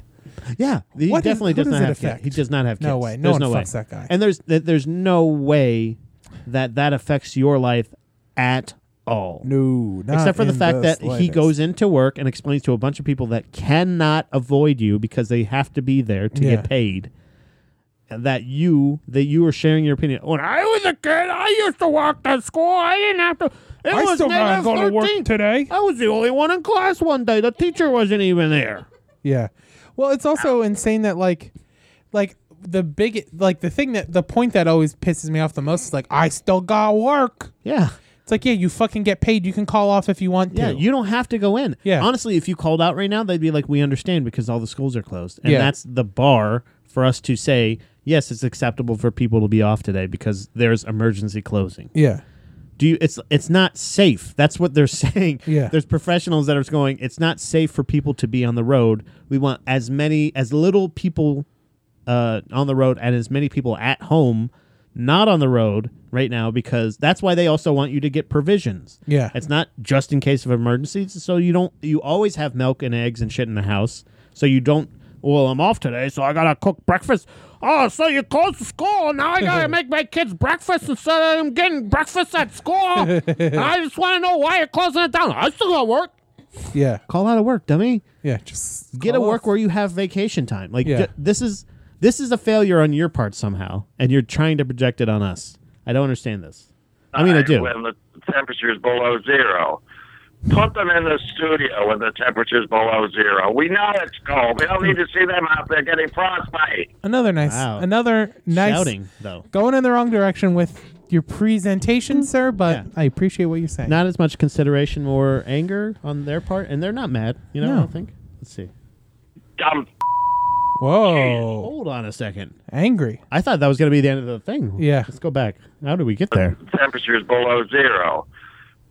Yeah, he What does- definitely who does, not does it have kids. affect? He does not have kids. No way. No there's one no way. fucks that guy. And there's th- there's no way that that affects your life at all. No, not except for the in fact the that he slightest. goes into work and explains to a bunch of people that cannot avoid you because they have to be there to Yeah. get paid. and That you that you are sharing your opinion. When I was a kid, I used to walk to school. I didn't have to. It I was still gotta negative go to work 13. today. I was the only one in class one day. The teacher wasn't even there. Yeah. Well, it's also insane that like like the big like the thing that the point that always pisses me off the most is like I still got work. Yeah. It's like, yeah, you fucking get paid. You can call off if you want Yeah, to. you don't have to go in. Yeah. Honestly, if you called out right now, they'd be like, "We understand because all the schools are closed," and Yeah. that's the bar for us to say, "Yes, it's acceptable for people to be off today because there's emergency closing." yeah. Do you? It's it's not safe. That's what they're (laughs) saying. Yeah. There's professionals that are going. It's not safe for people to be on the road. We want as many as little people uh, on the road and as many people at home not on the road right now because that's why they also want you to get provisions. Yeah. It's not just in case of emergencies. So you don't. You always have milk and eggs and shit in the house. So you don't. Well, I'm off today, so I gotta cook breakfast. Oh, so you closed the school. Now I (laughs) gotta make my kids breakfast instead of them getting breakfast at (laughs) school. And I just want to know why you're closing it down. I still got work. Yeah. Call out of work, dummy. Yeah. Just Get a call work off. where you have vacation time. Like Oh. Yeah. ju- this is this is a failure on your part somehow, and you're trying to project it on us. I don't understand this. I mean, I do. When the temperature's below zero. Put them in the studio when the temperature's below zero. We know it's cold. We don't need to see them out there getting frostbite. Another nice. Wow. Another nice. Shouting though, Going in the wrong direction with your Mm. presentation, sir. But I appreciate what you're saying. not as much consideration or anger on their part, and they're not mad. You know, I No. don't think. Let's see. Dumb. Whoa. Hold on a second. Angry. I thought that was going to be the end of the thing. Yeah. Let's go back. How did we get there? Temperature's below zero.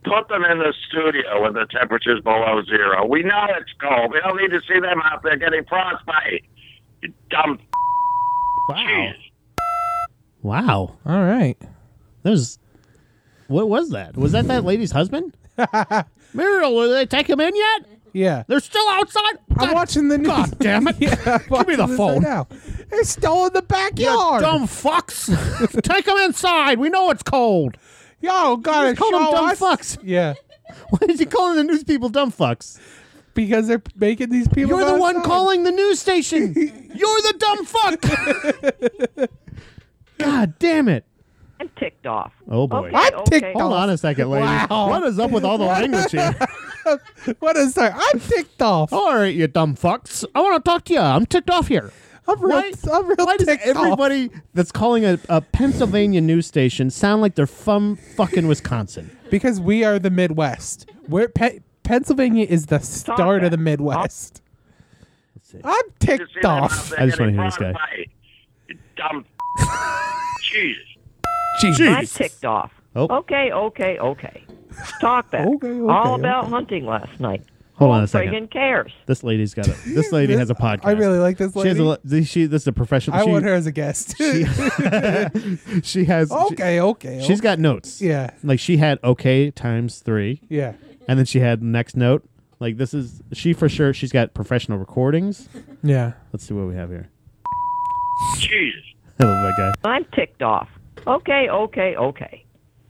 Put them in the studio when the temperature's below zero. We know it's cold. We don't need to see them out there getting frostbite. dumb. Wow. Wow. All right. That was. What was that? Was that that (laughs) lady's husband? Muriel, did they take him in yet? Yeah. They're still outside? I'm watching the news. God (laughs) damn it. Give me the phone. now. They stole in the backyard. dumb fucks. (laughs) Take them inside. We know it's cold. (laughs) Y'all gotta call them show dumb us. fucks. Yeah. Why is he calling the news people dumb fucks? Because they're making these people. You're go the one outside. calling the (laughs) news station. You're the dumb fuck. God damn it. I'm ticked off. Oh boy. Okay, I'm okay. ticked Hold off. on a second, lady. Wow. What is up with all the language here? what is that? I'm ticked off. All right, you dumb fucks. I want to talk to you. I'm ticked off here. I'm real, Why- I'm real Why does ticked off. everybody that's calling a, a Pennsylvania news station sound like they're from fucking Wisconsin? Because we are the Midwest. We're Pe- Pennsylvania is the start of the Midwest. I'm ticked off. I just want to hear this guy. (laughs) Dumb. Jesus. I'm ticked off. Oh. Okay, okay, okay. Talk (laughs) back. All about hunting last night. Hold on a Friggin' second. cares. This lady's got a. (laughs) This lady has a podcast. I really like this She has a. lady. li- She this is a professional. I she, want her as a guest. (laughs) She has. okay, okay. She's got notes. Yeah. Like she had okay times three. Yeah. And then she had next note. Like this is she for sure. She's got professional recordings. Yeah. Let's see what we have here. (laughs) Oh Jesus. I love that guy. I'm ticked off. Okay, okay, okay.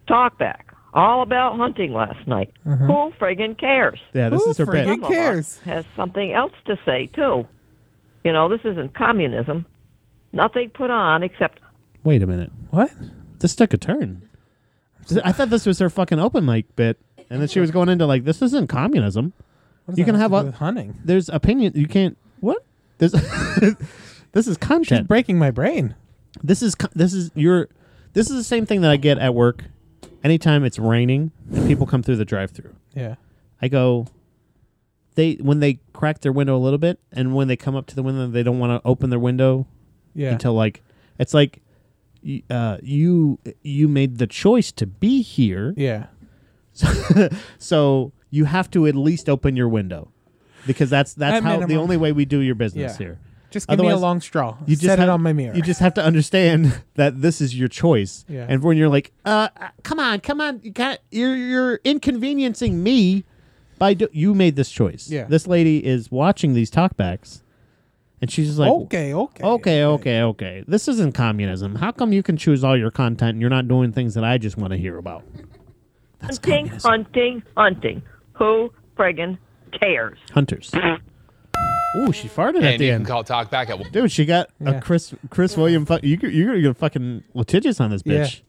Talk back. All about hunting last night. Who friggin' cares? Yeah, this Uh-huh. Who is her bit. friggin' Some of us cares? Has something else to say too. You know, this isn't communism. Nothing put on except Wait a minute. What? This took a turn. Th- I thought this was her fucking open mic bit, and then she was going into like, "This isn't communism. What does you that can have have, to a do with hunting?" There's opinion. You can't. What? This. (laughs) this is content. breaking my brain. This is co- this is your. This is the same thing that I get at work. Anytime it's raining and people come through the drive-through, Yeah. I go. They when they crack their window a little bit, and when they come up to the window, they don't want to open their window. Yeah. Until like, it's like, y- uh, you you made the choice to be here. Yeah. So, so you have to at least open your window, because that's that's At how the minimum. only way we do your business Yeah. here. Just give me a long straw. Set it have- on my mirror. You just have to understand (laughs) that this is your choice. Yeah. And when you're like, uh, uh, come on, come on, you got you're you're inconveniencing me by do- you made this choice. Yeah. This lady is watching these talkbacks, and she's just like, Okay, okay, okay, okay, okay. This isn't communism. How come you can choose all your content and you're not doing things that I just want to hear about? hunting, hunting, hunting. Who friggin' cares? Hunters. Ooh, she farted at And the you can end. call talk back at Dude, she got a Chris Chris William. Fu- you you're gonna get fucking litigious on this Yeah. bitch. I'm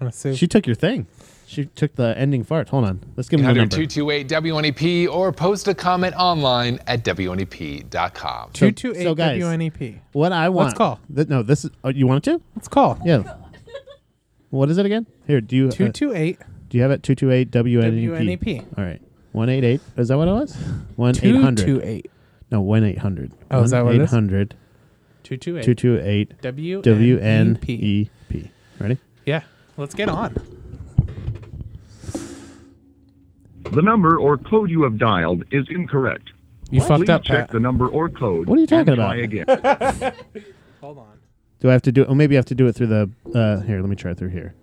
gonna sue. She took your thing. She took the ending fart. Hold on. Let's give me the Either number. 228 WNEP E or post a comment online at E WNEP.com. So- so guys, What I want. Let's call. Th- no, this is. Oh, you want it to? E Let's call. Yeah. What is it again? Here, do you uh, 228 Do you have it? Two two eight WNEP. WNEP. All right. One eight eight. Is that what (laughs) it was? One eight hundred. 228. No, one eight hundred. Oh, is that what it is? Eight hundred. 228. Two two eight. WNEP. WNEP. Ready? Yeah. Let's get on. The number or code you have dialed is incorrect. You fucked Please up, Check Pat. the number or code. What are you talking and try about? (laughs) again. Hold on. Do I have to do? Oh, maybe I have to do it through the. Uh, here, let me try it through here.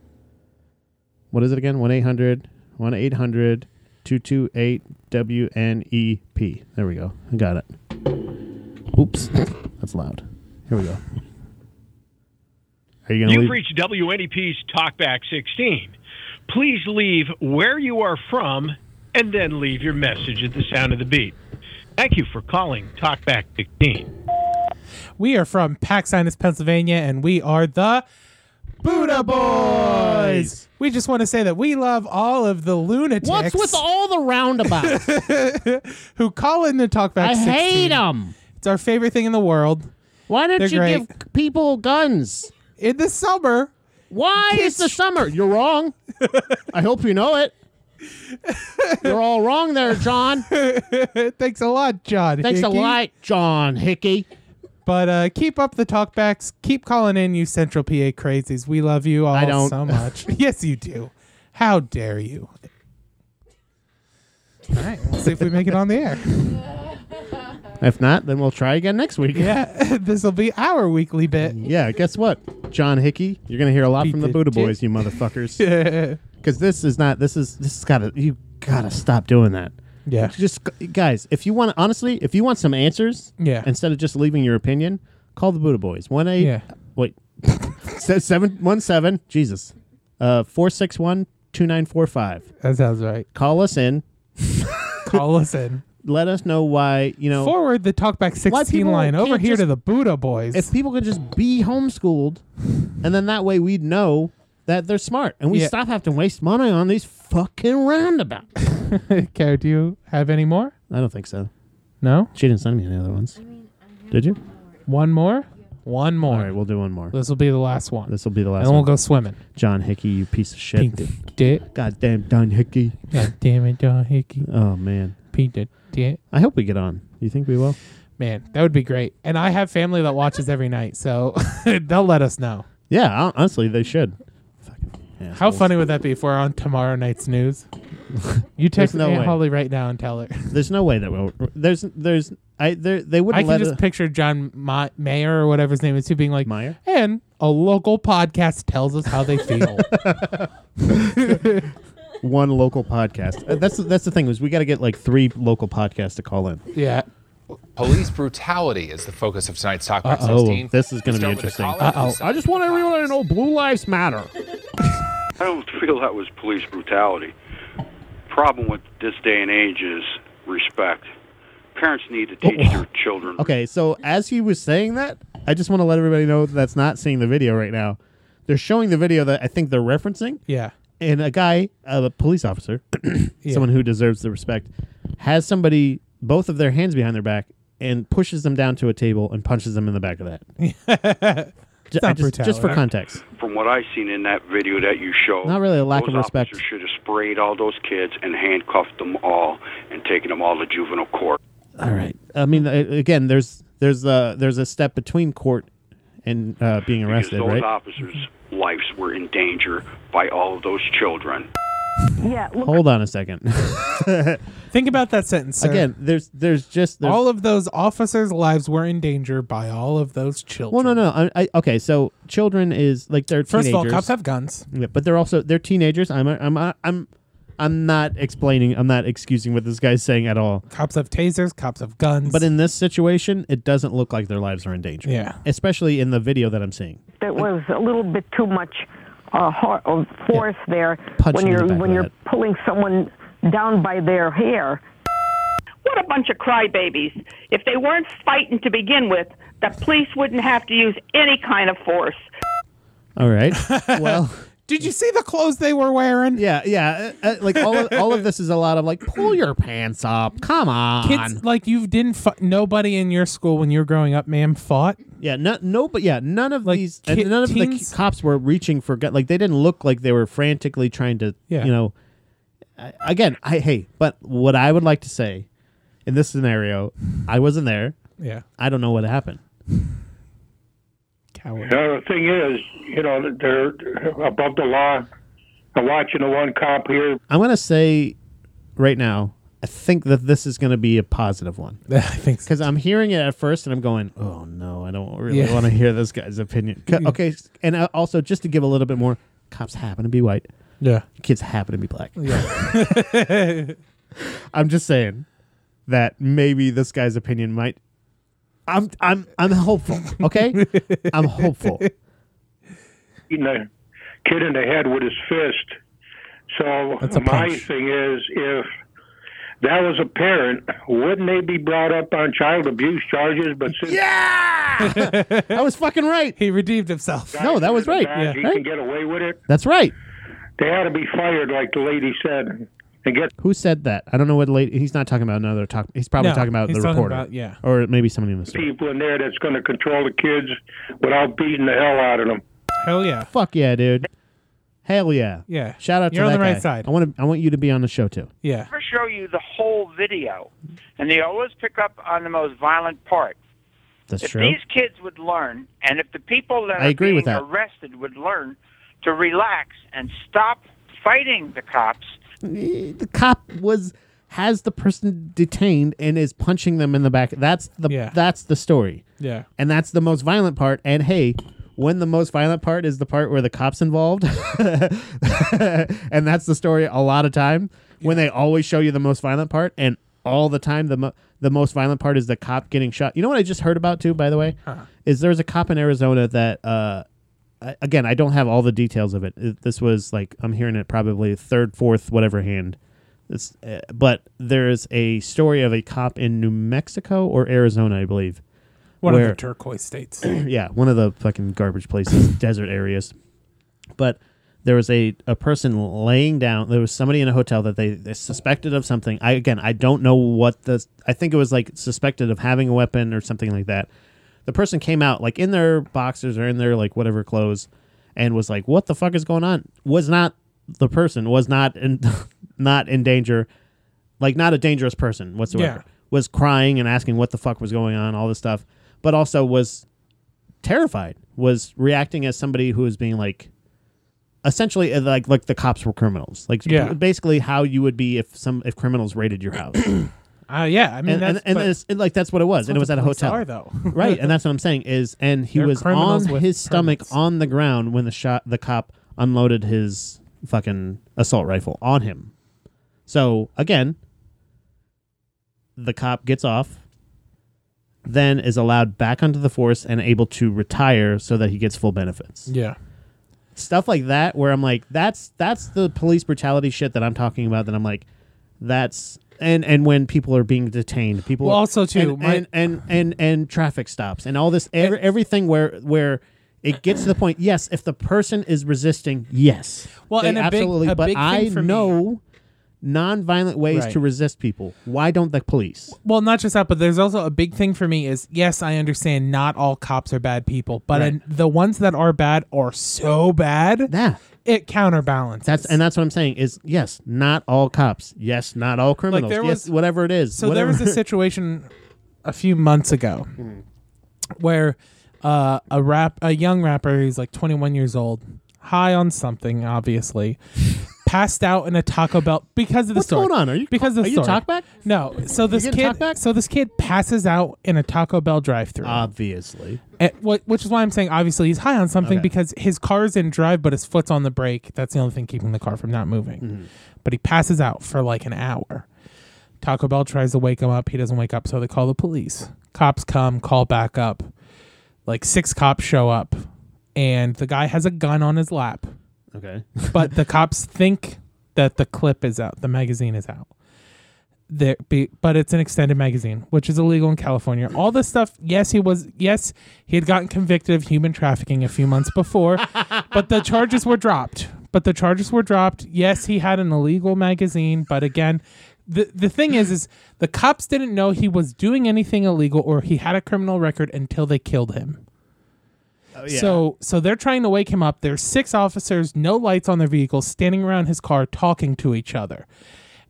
What is it again? 1 800 1 800 228 WNEP. E There we go. I got it. Oops. (laughs) That's loud. Here we go. Are you going to You've leave? reached WNEP's Talkback 16. Please leave where you are from and then leave your message at the sound of the beat. Thank you for calling Talkback 16. We are from Paxinus, Pennsylvania, and we are the Buddha Boys. We just want to say that we love all of the lunatics. What's with all the roundabouts? (laughs) who call in to talk back? I 16. hate 'em. It's our favorite thing in the world. Why don't They're you great. give people guns in the summer? Why is the summer? You're wrong. I hope you know it. You're all wrong (laughs) there, John. Thanks a lot, John. Thanks a Hickey. lot, John Hickey. But uh, keep up the talkbacks. Keep calling in, you Central PA crazies. We love you all I don't. so (laughs) much. yes, you do. How dare you? All right, we'll see if we make it on the air. If not, then we'll try again next week. Yeah, (laughs) this will be our weekly bit. (laughs) (laughs) Yeah, guess what, John Hickey, you're gonna hear a lot from the Buddha Boys, you (laughs) motherfuckers. Yeah. Because this is not. This is. This has gotta. You gotta stop doing that. Yeah. Just guys, if you want, honestly, if you want some answers, Yeah. Instead of just leaving your opinion, call the Buddha Boys. One eight. Yeah. Wait. (laughs) se- seven one seven. Jesus. Uh, four six one two nine four five. That sounds right. Call us in. Call us in. Let us know why you know. Forward the Talkback 16 people line over can't here to just- the Buddha Boys. If people could just be homeschooled, and then that way we'd know that they're smart, and we Yeah. stop having to waste money on these (laughs) fucking roundabouts. Care, do you have any more? I don't think so. No? She didn't send me any other ones. Did you? One more? One more. All right, we'll do one more. This will be the last one. This will be the last And we'll one. go swimming. John Hickey, you piece of shit. Pink dick. Goddamn Don Hickey. God damn it, John Hickey. Oh, man. Pink the dick. I hope we get on. You think we will? Man, that would be great. And I have family that watches every night, so (laughs) they'll let us know. Yeah, hon- honestly, they should. How funny would that be if we're on tomorrow night's (laughs) news? You text no Aunt way. Holly right now and (laughs) tell her. There's no way that we'll. There's, there's, I, there, they wouldn't I can let just us- picture John Ma- Mayer or whatever his name is, who being like, Meyer? and a local podcast tells us how they (laughs) feel. one local podcast. Uh, that's, that's the thing is we got to get like three local podcasts to call in. yeah. Police brutality is the focus of tonight's Talk Back Uh-oh. 16. Oh, This is gonna Start be with the interesting. caller who Uh-oh. said- just want everyone to know Blue Lives Matter. I don't feel that was police brutality. Problem with this day and age is respect. Parents need to teach their children. Okay, so as he was saying that, I just want to let everybody know that's not seeing the video right now. They're showing the video that I think they're referencing. Yeah. And a guy, uh, a police officer, (clears throat) someone who deserves the respect, has somebody both of their hands behind their back and pushes them down to a table and punches them in the back of (laughs) that. Ju- I not just, just for brutality. context. From what I seen in that video that you showed, Not really a lack those of respect. officers should have sprayed all those kids and handcuffed them all and taken them all to juvenile court. All right. I mean, a- again, there's there's a there's a step between court and uh, being arrested, those right? officers' lives were in danger by all of those children. Yeah. Hold on a second. (laughs) Think about that sentence. sir. Again, there's there's just there's, all of those officers' lives were in danger by all of those children. Well, no, no. I, I, okay, so children is like they're First of all, teenagers. cops have guns. Yeah, but they're also they're teenagers. I'm I'm I'm I'm not explaining. I'm not excusing what this guy's saying at all. Cops have tasers. Cops have guns. But in this situation, it doesn't look like their lives are in danger. Yeah. especially in the video that I'm seeing. That was a little bit too much uh, har- of force there Punching when in the you're back of when the you're head. pulling someone down by their hair. What a bunch of crybabies. If they weren't fighting to begin with, the police wouldn't have to use any kind of force. All right. (laughs) well, did you see the clothes they were wearing? Yeah, yeah. uh, uh, like all of, all of this is a lot of like pull your pants up. Come on. Kids, like you didn't. Fu- nobody in your school when you were growing up, ma'am, fought. Yeah, no, no, but yeah, none of these, and ki- none of the teens- c- cops were reaching for gun. Like they didn't look like they were frantically trying to, Yeah. you know. I, again, I hey, but what I would like to say, in this scenario, I wasn't there. Yeah. I don't know what happened. The thing is, you know, they're above the law. I'm watching the one cop here. I'm gonna say, right now, I think that this is gonna be a positive one. (laughs) I think because I'm hearing it at first, and I'm going, oh no, I don't really Yeah. want to hear this guy's (laughs) opinion. C- Mm. Okay, s- and uh, also just to give a little bit more, cops happen to be white. Yeah. kids happen to be black. Yeah. I'm just saying that maybe this guy's opinion might. I'm I'm I'm hopeful. (laughs) Okay, I'm hopeful. beating a kid in the head with his fist. So That's a my punch. thing is, if that was a parent, wouldn't they be brought up on child abuse charges? But since I was fucking right. (laughs) He redeemed himself. No, that was right. Bad, he can right? get away with it. That's right. They had to be fired, like the lady said. Who said that? I don't know what lady. He's not talking about another talk. He's probably No, talking about he's the talking reporter. about- yeah. Or maybe somebody in the story. People in there that's going to control the kids without beating the hell out of them. Hell yeah. Fuck yeah, dude. Hell yeah. Yeah. Shout out You're on to that the right guy. side. I want to. I want you to be on the show too. Yeah. never show you the whole video, and they always pick up on the most violent part. That's if true. these kids would learn, and if the people that I are agree being with that. arrested would learn to relax and stop fighting the cops, the cop was has the person detained and is punching them in the back. That's the that's the story. Yeah. And that's the most violent part. And hey, when the most violent part is the part where the cops involved, (laughs) and that's the story a lot of time when they always show you the most violent part, and all the time the mo- the most violent part is the cop getting shot. You know what I just heard about too, by the way, is there was a cop in Arizona that. Uh, I- Again, I don't have all the details of it. It- This was like I'm hearing it probably third, fourth, whatever hand. It's, uh, but there is a story of a cop in New Mexico or Arizona, I believe. One of where- the turquoise (clears throat) states. (coughs) yeah, one of the fucking garbage places, desert areas. But there was a, a person laying down. There was somebody in a hotel that they, they suspected of something. I again, I don't know what the. I think it was like suspected of having a weapon or something like that. The person came out like in their boxers or in their like whatever clothes, and was like, "What the fuck is going on?" Was not the person was not in (laughs) not in danger, like not a dangerous person whatsoever. Yeah. Was crying and asking what the fuck was going on, all this stuff, but also was terrified was reacting as somebody who was being like essentially uh, like like the cops were criminals like Yeah. b- basically how you would be if some if criminals raided your house Uh, yeah, I mean, and, and, that's, and but it's- and, like that's what it was that's and what it was the at a police hotel are, though. (laughs) right and that's what i'm saying is and he They're was on criminals his with stomach on the ground when the shot the cop unloaded his fucking assault rifle on him so again the cop gets off then is allowed back onto the force and able to retire so that he gets full benefits yeah. stuff like that where I'm like, that's that's the police brutality shit that I'm talking about. That I'm like, that's and and when people are being detained, people Well, also, too, and, my- and, and and and traffic stops and all this every, everything where where it gets to the point. Yes, if the person is resisting, yes, Well, they and a big- absolutely, a but big thing I for me- know non-violent ways Right. to resist people. Why don't the police? Well, not just that, but there's also a big thing for me is yes, I understand not all cops are bad people, but Right. an- the ones that are bad are so bad yeah. it counterbalances. That's and that's what I'm saying is yes, not all cops, yes, not all criminals, there yes, was- whatever it is. So there was (laughs) whatever- Mm-hmm. a situation a few months (laughs) ago where uh, a rap a young rapper who's like 21 years old, high on something (laughs) obviously, passed out in a Taco Bell because of the What's story. going on? Are you- because of the are you story. talkback? No. So this getting kid so this kid passes out in a Taco Bell drive-through. (laughs) Ah. Obviously. And what, Eh, which is why I'm saying obviously he's high on something Okay. because his car's in drive, but his foot's on the brake. That's the only thing keeping the car from not moving. But he passes out for like an hour. Taco Bell tries to wake him up. He doesn't wake up, so they call the police. Cops come, call back up. Like six cops show up, and the guy has a gun on his lap. Okay. but the cops think that the clip is out, the magazine is out. There be, but it's an extended magazine, which is illegal in California. All this stuff. Yes, he was. Yes, he had gotten convicted of human trafficking a few months before, but the charges were dropped. But the charges were dropped. Yes, he had an illegal magazine, but again, the the thing is, is the cops didn't know he was doing anything illegal or he had a criminal record until they killed him. yeah. So so they're trying to wake him up. There's six officers, no lights on their vehicles, standing around his car talking to each other.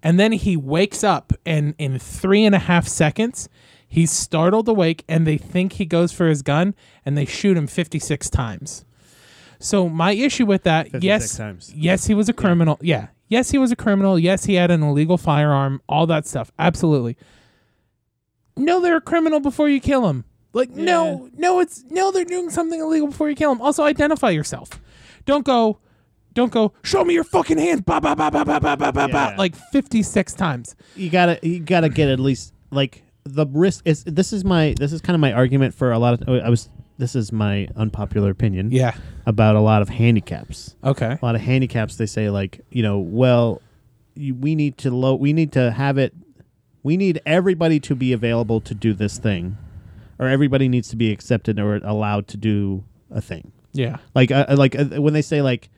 And then he wakes up and in three and a half seconds, he's startled awake and they think he goes for his gun and they shoot him fifty six times. So my issue with that, 56 yes, times. yes, he was a criminal. yeah. Yes, he was a criminal. Yes, he had an illegal firearm, all that stuff. Absolutely. No, they're a criminal before you kill him. Like no, no, it's no, they're doing something illegal before you kill him. Also, identify yourself. Don't go, don't go. Show me your fucking hands. Ba ba ba ba ba ba ba ba ba. Yeah. Like fifty six times. you gotta you gotta get at least like the risk is this is my this is kind of my argument for a lot of I was this is my unpopular opinion Yeah. about a lot of handicaps Okay. a lot of handicaps they say like you know well you, we need to low we need to have it we need everybody to be available to do this thing or everybody needs to be accepted or allowed to do a thing Yeah. like uh, uh, like uh, when they say like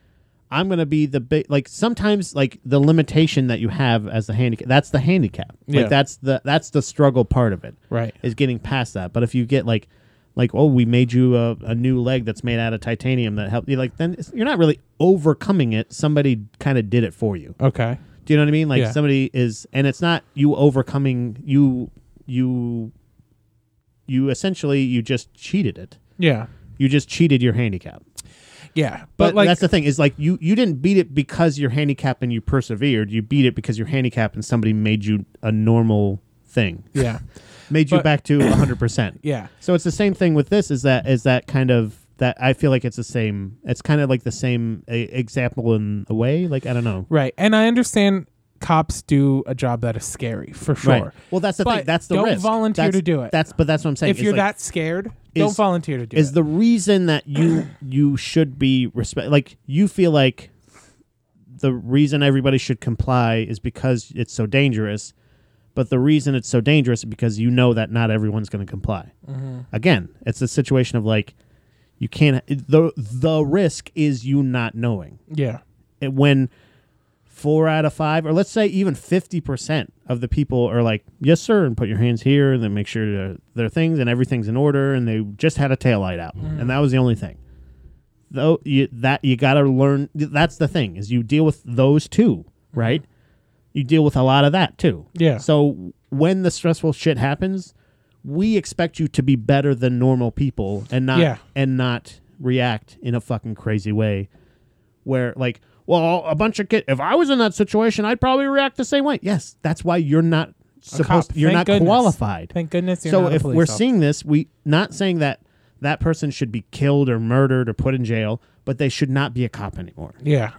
i'm gonna be the big like sometimes like the limitation that you have as the handicap that's the handicap Yeah. like that's the that's the struggle part of it Right. is getting past that but if you get like like oh we made you a, a new leg that's made out of titanium that helped you like then it's, you're not really overcoming it somebody kind of did it for you Okay. do you know what i mean like Yeah. somebody is and it's not you overcoming you you you essentially you just cheated it Yeah. you just cheated your handicap Yeah, but, But, like that's the thing is like you you didn't beat it because you're handicapped and you persevered. You beat it because you're handicapped and somebody made you a normal thing. Yeah. made you But- back (coughs) to 100%. Yeah. So it's the same thing with this is that is that kind of that I feel like it's the same it's kind of like the same a, example in a way like I don't know. Right. And I understand cops do a job that is scary for sure. Right. Well, that's the thing. But That's the don't risk. volunteer That's- to do it. That's but that's what I'm saying. If It's you're like- that scared, don't volunteer to do is it. the reason that you you should be respect like you feel like the reason everybody should comply is because it's so dangerous but the reason it's so dangerous is because you know that not everyone's going to comply Mhm. again it's a situation of like you can't the the risk is you not knowing Yeah. and when four out of five, or let's say even fifty percent of the people are like, "Yes, sir," and put your hands here, and then make sure their- their things and everything's in order, and they just had a tail light out, Mhm. and that was the only thing. Though you, that you got to learn. That's the thing is you deal with those two, right? You deal with a lot of that too. Mm-hmm. Yeah. So when the stressful shit happens, we expect you to be better than normal people and not Yeah. and not react in a fucking crazy way where like well a bunch of kids if i was in that situation i'd probably react the same way yes that's why you're not supposed cop. you're Thank not goodness. qualified Thank goodness you're so not a if police we're officer. seeing this we not saying that that person should be killed or murdered or put in jail but they should not be a cop anymore Yeah,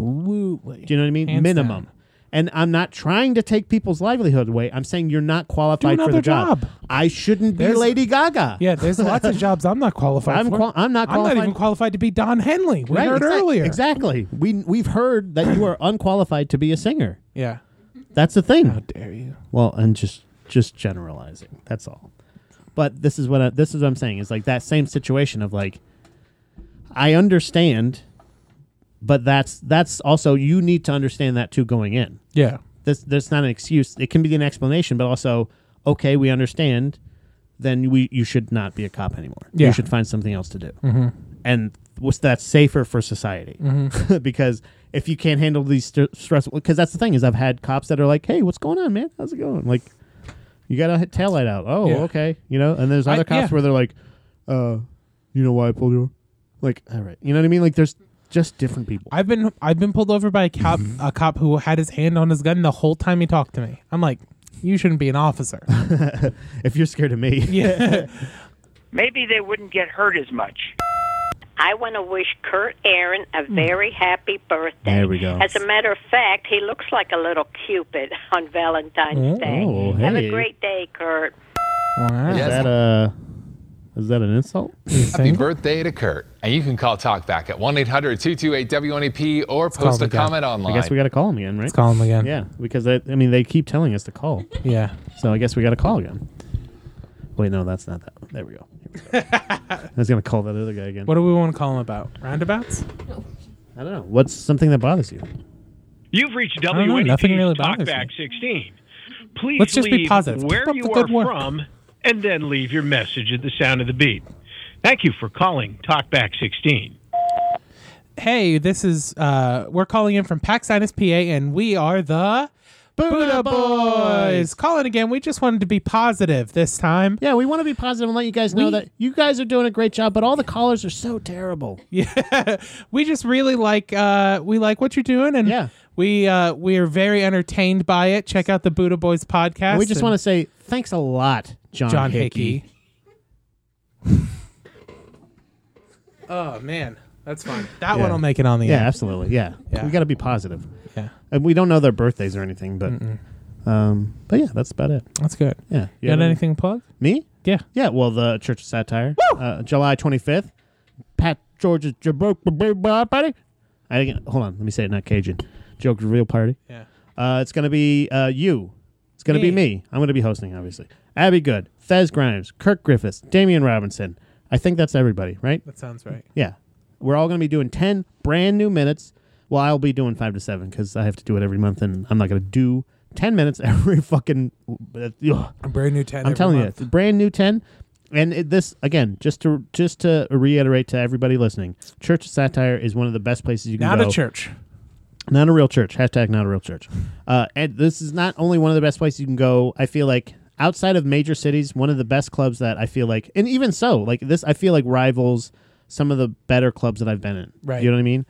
absolutely. do you know what i mean Hands minimum and i'm not trying to take people's livelihood away i'm saying you're not qualified for the another job, job. i shouldn't be There's- lady gaga Yeah, there's lots (laughs) of jobs I'm not qualified I'm for. qual- I'm I'm not not qualified- even qualified to be Don Henley. We right heard exact- earlier. exactly we we've heard (clears throat) that you are unqualified to be a singer Yeah. That's the thing. How dare you? Well, and just just generalizing. That's all. But this is what I, this is what I'm saying is like that same situation of like I understand, but that's that's also you need to understand that too going in. Yeah. This that's not an excuse. It can be an explanation, but also okay, we understand. Then we you should not be a cop anymore. Yeah. You should find something else to do. Mhm. And was that's safer for society Mhm. (laughs) because if you can't handle these st- stressful because that's the thing is I've had cops that are like, hey, what's going on, man? How's it going? Like, you got a tail light out. Oh, Yeah. okay. You know, and there's I- other cops yeah. where they're like, uh, you know why I pulled you? over? Like, all right. You know what I mean? Like, there's just different people. I've been I've been pulled over by a cop Mm-hmm. a cop who had his hand on his gun the whole time he talked to me. I'm like, you shouldn't be an (laughs) officer. if you're scared of me, yeah, Maybe they wouldn't get hurt as much. I want to wish Kurt Aaron a very happy birthday. Hmm. There we go. As a matter of fact, he looks like a little Cupid on Valentine's Oh, Day. Have hey. a great day, Kurt. Is that a is that an insult? Happy birthday to Kurt. And you can call Talkback at 1 800 228 WNEP E or call post the a guy. comment online. I guess we got to call him again, right? Let's call him again. Yeah, because I, I mean they keep telling us to call. Yeah. So I guess we got to call again. Wait, no, that's not that one. There we (laughs) go. Here we go. I was gonna call that other guy again. What do we want to call him about? Roundabouts? I don't know. What's something that bothers you? You've reached don't know, WNEP nothing really bothers Talkback 16. Please Let's just be leave positive. where Keep up you the are good work. from and then leave your message at the sound of the beat. Thank you for calling Talkback 16. Hey, this is uh we're calling in from Pax Sinus PA and we are the Buddha Boys. Calling again. We just wanted to be positive this time. Yeah, we want to be positive and let you guys know that you guys are doing a great job, but all the callers are so terrible. Yeah. (laughs) we just really like uh we like what you're doing and yeah. we uh we're very entertained by it. Check out the Buddha Boys podcast. And we just and want to say thanks a lot, John, John Hickey. Hickey. (laughs) Oh man, that's fine. That Yeah. one will make it on the yeah, air. absolutely. Yeah, Yeah. we got to be positive. Yeah. and we don't know their birthdays or anything, but um, but yeah, that's about it. That's good. Yeah, You got anything plugged? Me? Yeah, yeah. Well, the Church of Satire, Uh, July twenty fifth. Pat George's joke party. I think- hold on, let me say it. Not Cajun joke reveal party. Yeah. Uh, it's gonna be uh, you. It's gonna be Me. me. I'm gonna be hosting, obviously. Abby Good, Thez Grimes, Kirk Griffiths, Damian Robinson. I think that's everybody, right? That sounds right. Yeah. We're all going to be doing 10 brand new minutes. Well, I'll be doing five to seven because I have to do it every month and I'm not going to do 10 minutes (laughs) every fucking. uh, ugh. A brand new 10 I'm every telling month. you, it's a brand new 10. And it, this, again, just to just to reiterate to everybody listening, Church of Satire is one of the best places you can Not go. a church. Not a real church. Hashtag not a real church. Uh, and this is not only one of the best places you can go. I feel like outside of major cities, one of the best clubs that I feel like, and even so, like this, I feel like rivals some of the better clubs that I've been in. Right. You know what I mean?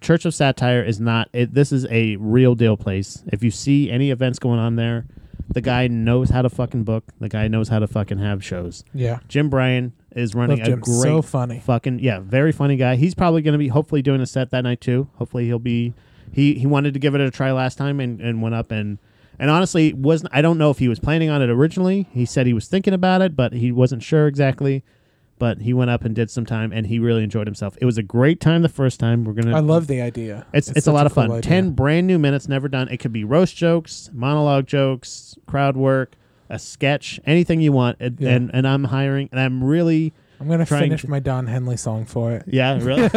Church of Satire is not. It, this is a real deal place. If you see any events going on there, the guy knows how to fucking book. The guy knows how to fucking have shows. Yeah. Jim Bryan is running Love a Jim. great, So funny. fucking yeah, very funny guy. He's probably going to be hopefully doing a set that night too. Hopefully he'll be. He he wanted to give it a try last time and and went up and and honestly wasn't. I don't know if he was planning on it originally. He said he was thinking about it, but he wasn't sure exactly. But he went up and did some time, and he really enjoyed himself. It was a great time the first time. We're gonna. I love the idea. It's it's, a such lot of cool fun. idea. Ten brand new minutes, never done. It could be roast jokes, monologue jokes, crowd work, a sketch, anything you want. And Yeah. and, and I'm hiring, and I'm really. I'm gonna trying finish to- my Don Henley song for it. yeah, (laughs) really.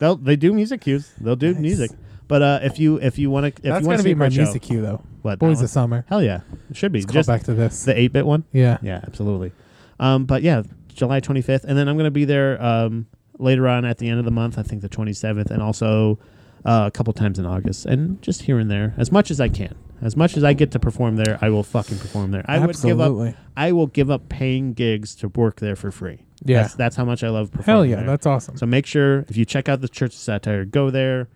They'll they do music cues. They'll do music. But uh, if you if you want to, if That's you want gonna to be my music cue, though. What Boys that of one? Summer. Hell yeah, it should be. Let's go Just back to this. the eight bit one. Yeah. yeah, absolutely. Um, but yeah, July 25th, and then I'm gonna be there um later on at the end of the month. I think the 27th, and also uh, a couple times in August, and just here and there as much as I can. As much as I get to perform there, I will fucking perform there. I would give Absolutely. up. I will give up paying gigs to work there for free. Yeah. that's, that's how much I love performing. Hell yeah, there. that's awesome. So make sure if you check out the Church of Satire, go there.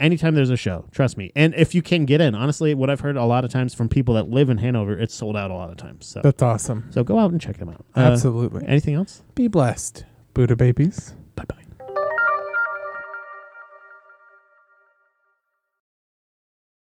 Anytime there's a show, trust me. And if you can get in, honestly, what I've heard a lot of times from people that live in Hanover, it's sold out a lot of times. So That's awesome. So go out and check them out. Uh, Absolutely. anything else? Be blessed, Buddha babies.